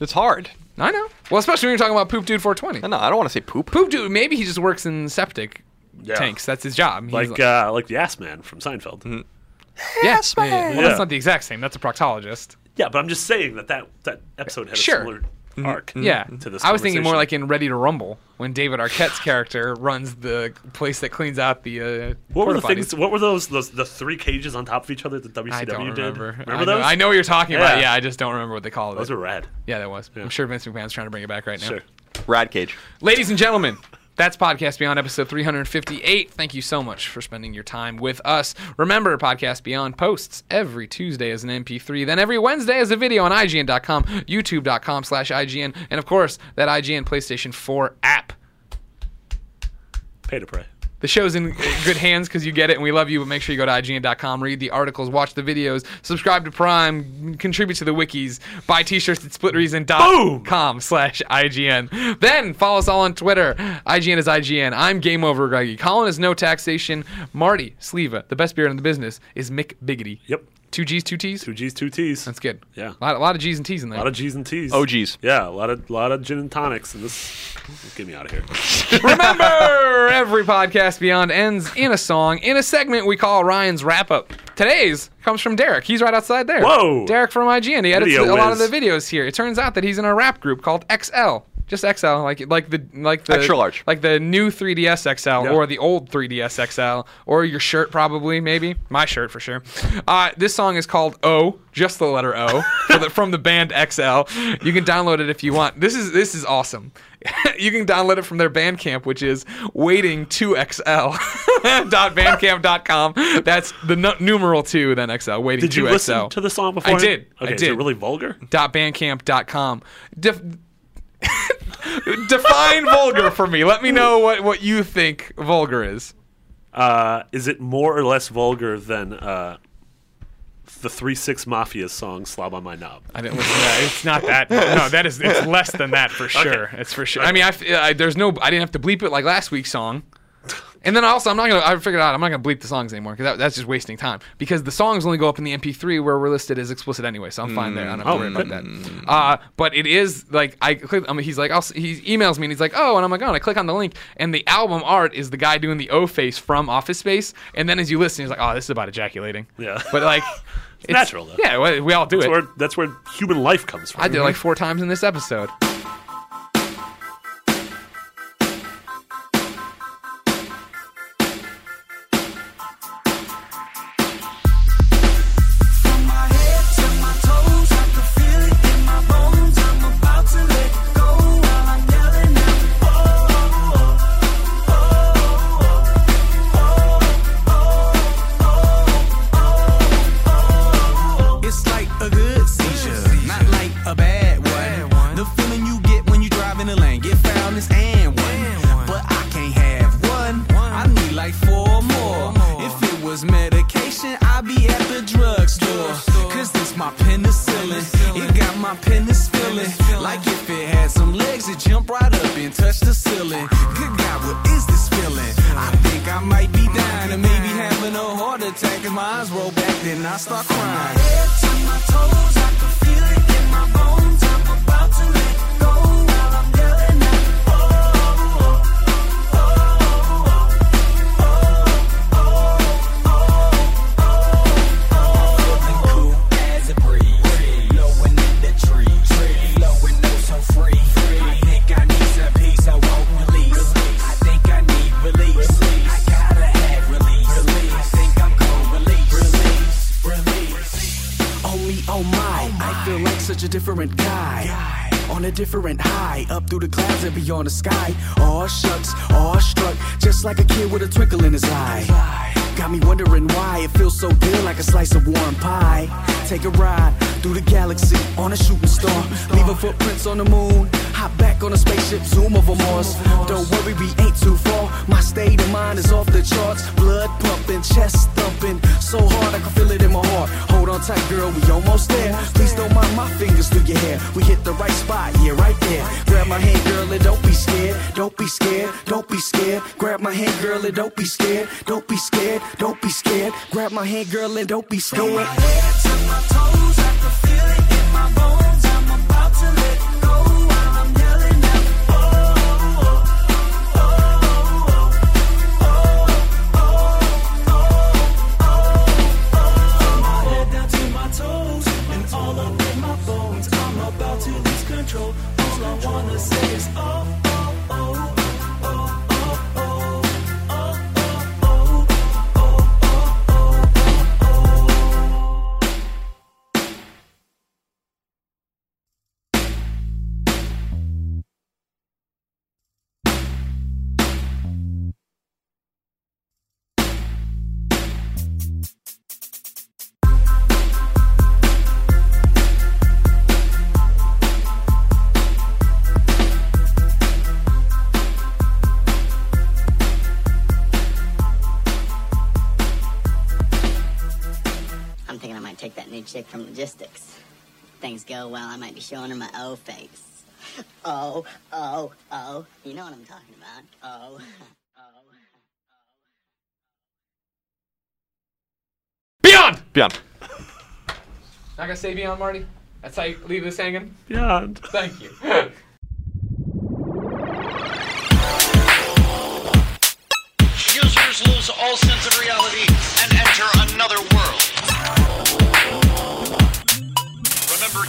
C: It's hard.
B: I know. Well, especially when you're talking about poop dude 420.
C: No, I don't want to say poop.
B: Poop dude. Maybe he just works in septic tanks. That's his job. He's
D: Like Mm-hmm. uh, like the ass man from Seinfeld.
B: yeah. yeah, yeah, yeah. Well,
D: Yeah.
B: that's not the exact same. That's a proctologist.
D: Yeah, but I'm just saying that that, that episode had a
B: Sure.
D: similar arc.
B: Yeah.
D: Mm-hmm. To this
B: I was thinking more
D: conversation.
B: like in Ready to Rumble when David Arquette's character runs the place that cleans out the uh,
D: What were the
B: porta potties.
D: things? What were those? Those the three cages on top of each other that WCW
B: I don't
D: did.
B: remember. I
D: Remember
B: know,
D: those?
B: I know what you're talking about.
D: Yeah.
B: Yeah, I just don't remember what they called
D: Those
B: it.
D: are rad.
B: yeah, that was. I'm sure Vince McMahon's trying to bring it back right now.
D: Sure.
C: Rad cage.
B: Ladies and gentlemen, that's Podcast Beyond episode 358. Thank you so much for spending your time with us. Remember, Podcast Beyond posts every Tuesday as an MP3, then every Wednesday as a video on IGN.com, YouTube.com slash IGN, and of course, that IGN PlayStation 4 app.
D: Pay to pray.
B: The show's in good hands because you get it, and we love you. But make sure you go to IGN.com, read the articles, watch the videos, subscribe to Prime, contribute to the wikis, buy T-shirts at SplitReason.com slash IGN. Then follow us all on Twitter. IGN is IGN. I'm Game Over Greggy. Colin is No Taxation. Marty Sleva, the best beer in the business, is Mick Biggity.
D: Yep.
B: Two G's, two T's.
D: Two G's, two T's.
B: That's good.
D: Yeah.
B: A lot, a lot of G's and T's in
D: A
B: there.
D: lot of G's and T's.
C: Oh, geez.
D: Yeah, a lot of lot of gin and tonics, and this get me out of here.
B: Remember, every podcast beyond ends in a song, in a segment we call Ryan's wrap up. Today's comes from Derek. He's right outside there.
D: Whoa.
B: Derek from IGN. He edits a
D: Video
B: lot of
D: whiz.
B: the videos here. It turns out that he's in a rap group called XL. Just XL, like like the like the
C: Extra large.
B: like the new 3ds XL or the old 3ds XL or your shirt probably maybe my shirt for sure. Uh, this song is called O, just the letter O for the- from the band XL. You can download it if you want. This is this is awesome. you can download it from their Bandcamp, which is waiting2xl.bandcamp.com. That's the nu- numeral two then XL. Waiting
D: Did you
B: 2XL.
D: listen to the song before?
B: I did.
D: Okay,
B: I
D: Is it
B: did.
D: really vulgar?
B: dot bandcamp.com. Def- define vulgar for me. Let me know what, what you think vulgar is.
D: Uh, is it more or less vulgar than uh, the Three Six Mafia song "Slob on My Knob"?
B: I didn't listen to that. It's not that. No, that is it's less than that for sure. It's for sure. I mean, I, f- I- there's no I didn't have to bleep it like last week's song. And then also, I'm not gonna. I figured out I'm not gonna bleep the songs anymore because that, that's just wasting time. Because the songs only go up in the MP3 where we're listed as explicit anyway, so I'm fine there. I don't have to worry about that. Uh, but it is like I. Click, I mean, he's like, I'll, s- he emails me and he's like, oh, and I'm like, oh, and I click on the link, and the album art is the guy doing the O face from Office Space. And then as you listen, he's like, oh, this is about ejaculating.
D: Yeah.
B: But like, it's,
D: natural, though.
B: Yeah, we, we all do
D: That's
B: it.
D: where that's where human life comes from.
B: I did it like four times in this episode.
F: It's like a good seizure, not like a bad one. The feeling you get when you drive in the lane, get foulness and one. But I can't have one. I need like four more. If it was medication, I'd be at the drugstore. Cause this my penicillin. It got my penis feeling. Like if it had some legs, it jump right up and touch the ceiling. Good God, what is this feeling? I think I might be dying or maybe having a heart attack. Cause my eyes roll back, then I start crying. I feel like such a different guy. On a different high, up through the clouds and beyond the sky. Aw shucks, aw struck, just like a kid with a twinkle in his eye. Got me wondering why it feels so good, like a slice of warm pie. Take a ride through the galaxy on a shooting star. Leaving footprints on the moon. Hop back on a spaceship, zoom over Mars. Don't worry, we ain't too far. My state of mind is off the charts. Blood pumping, chest thumping, so hard I can feel it in my heart. Hold on tight, girl, we almost there. Please don't mind my fingers through your hair. We hit the right spot, yeah, right there. Grab my hand, girl, and don't be scared. Don't be scared, don't be scared. Grab my hand, girl, and don't be scared. Don't be scared, don't be scared. Grab my hand, girl, and don't be scared.
G: I'm thinking I might take that new chick from logistics. Things go well, I might be showing her my O face. Oh, oh, oh. You know what I'm talking about. Oh, oh.
B: Beyond.
C: Beyond.
B: Not gonna say beyond, Marty. That's how you leave this hanging.
D: Beyond.
B: Thank you.
A: Users lose all sense of reality and enter another world. Remember,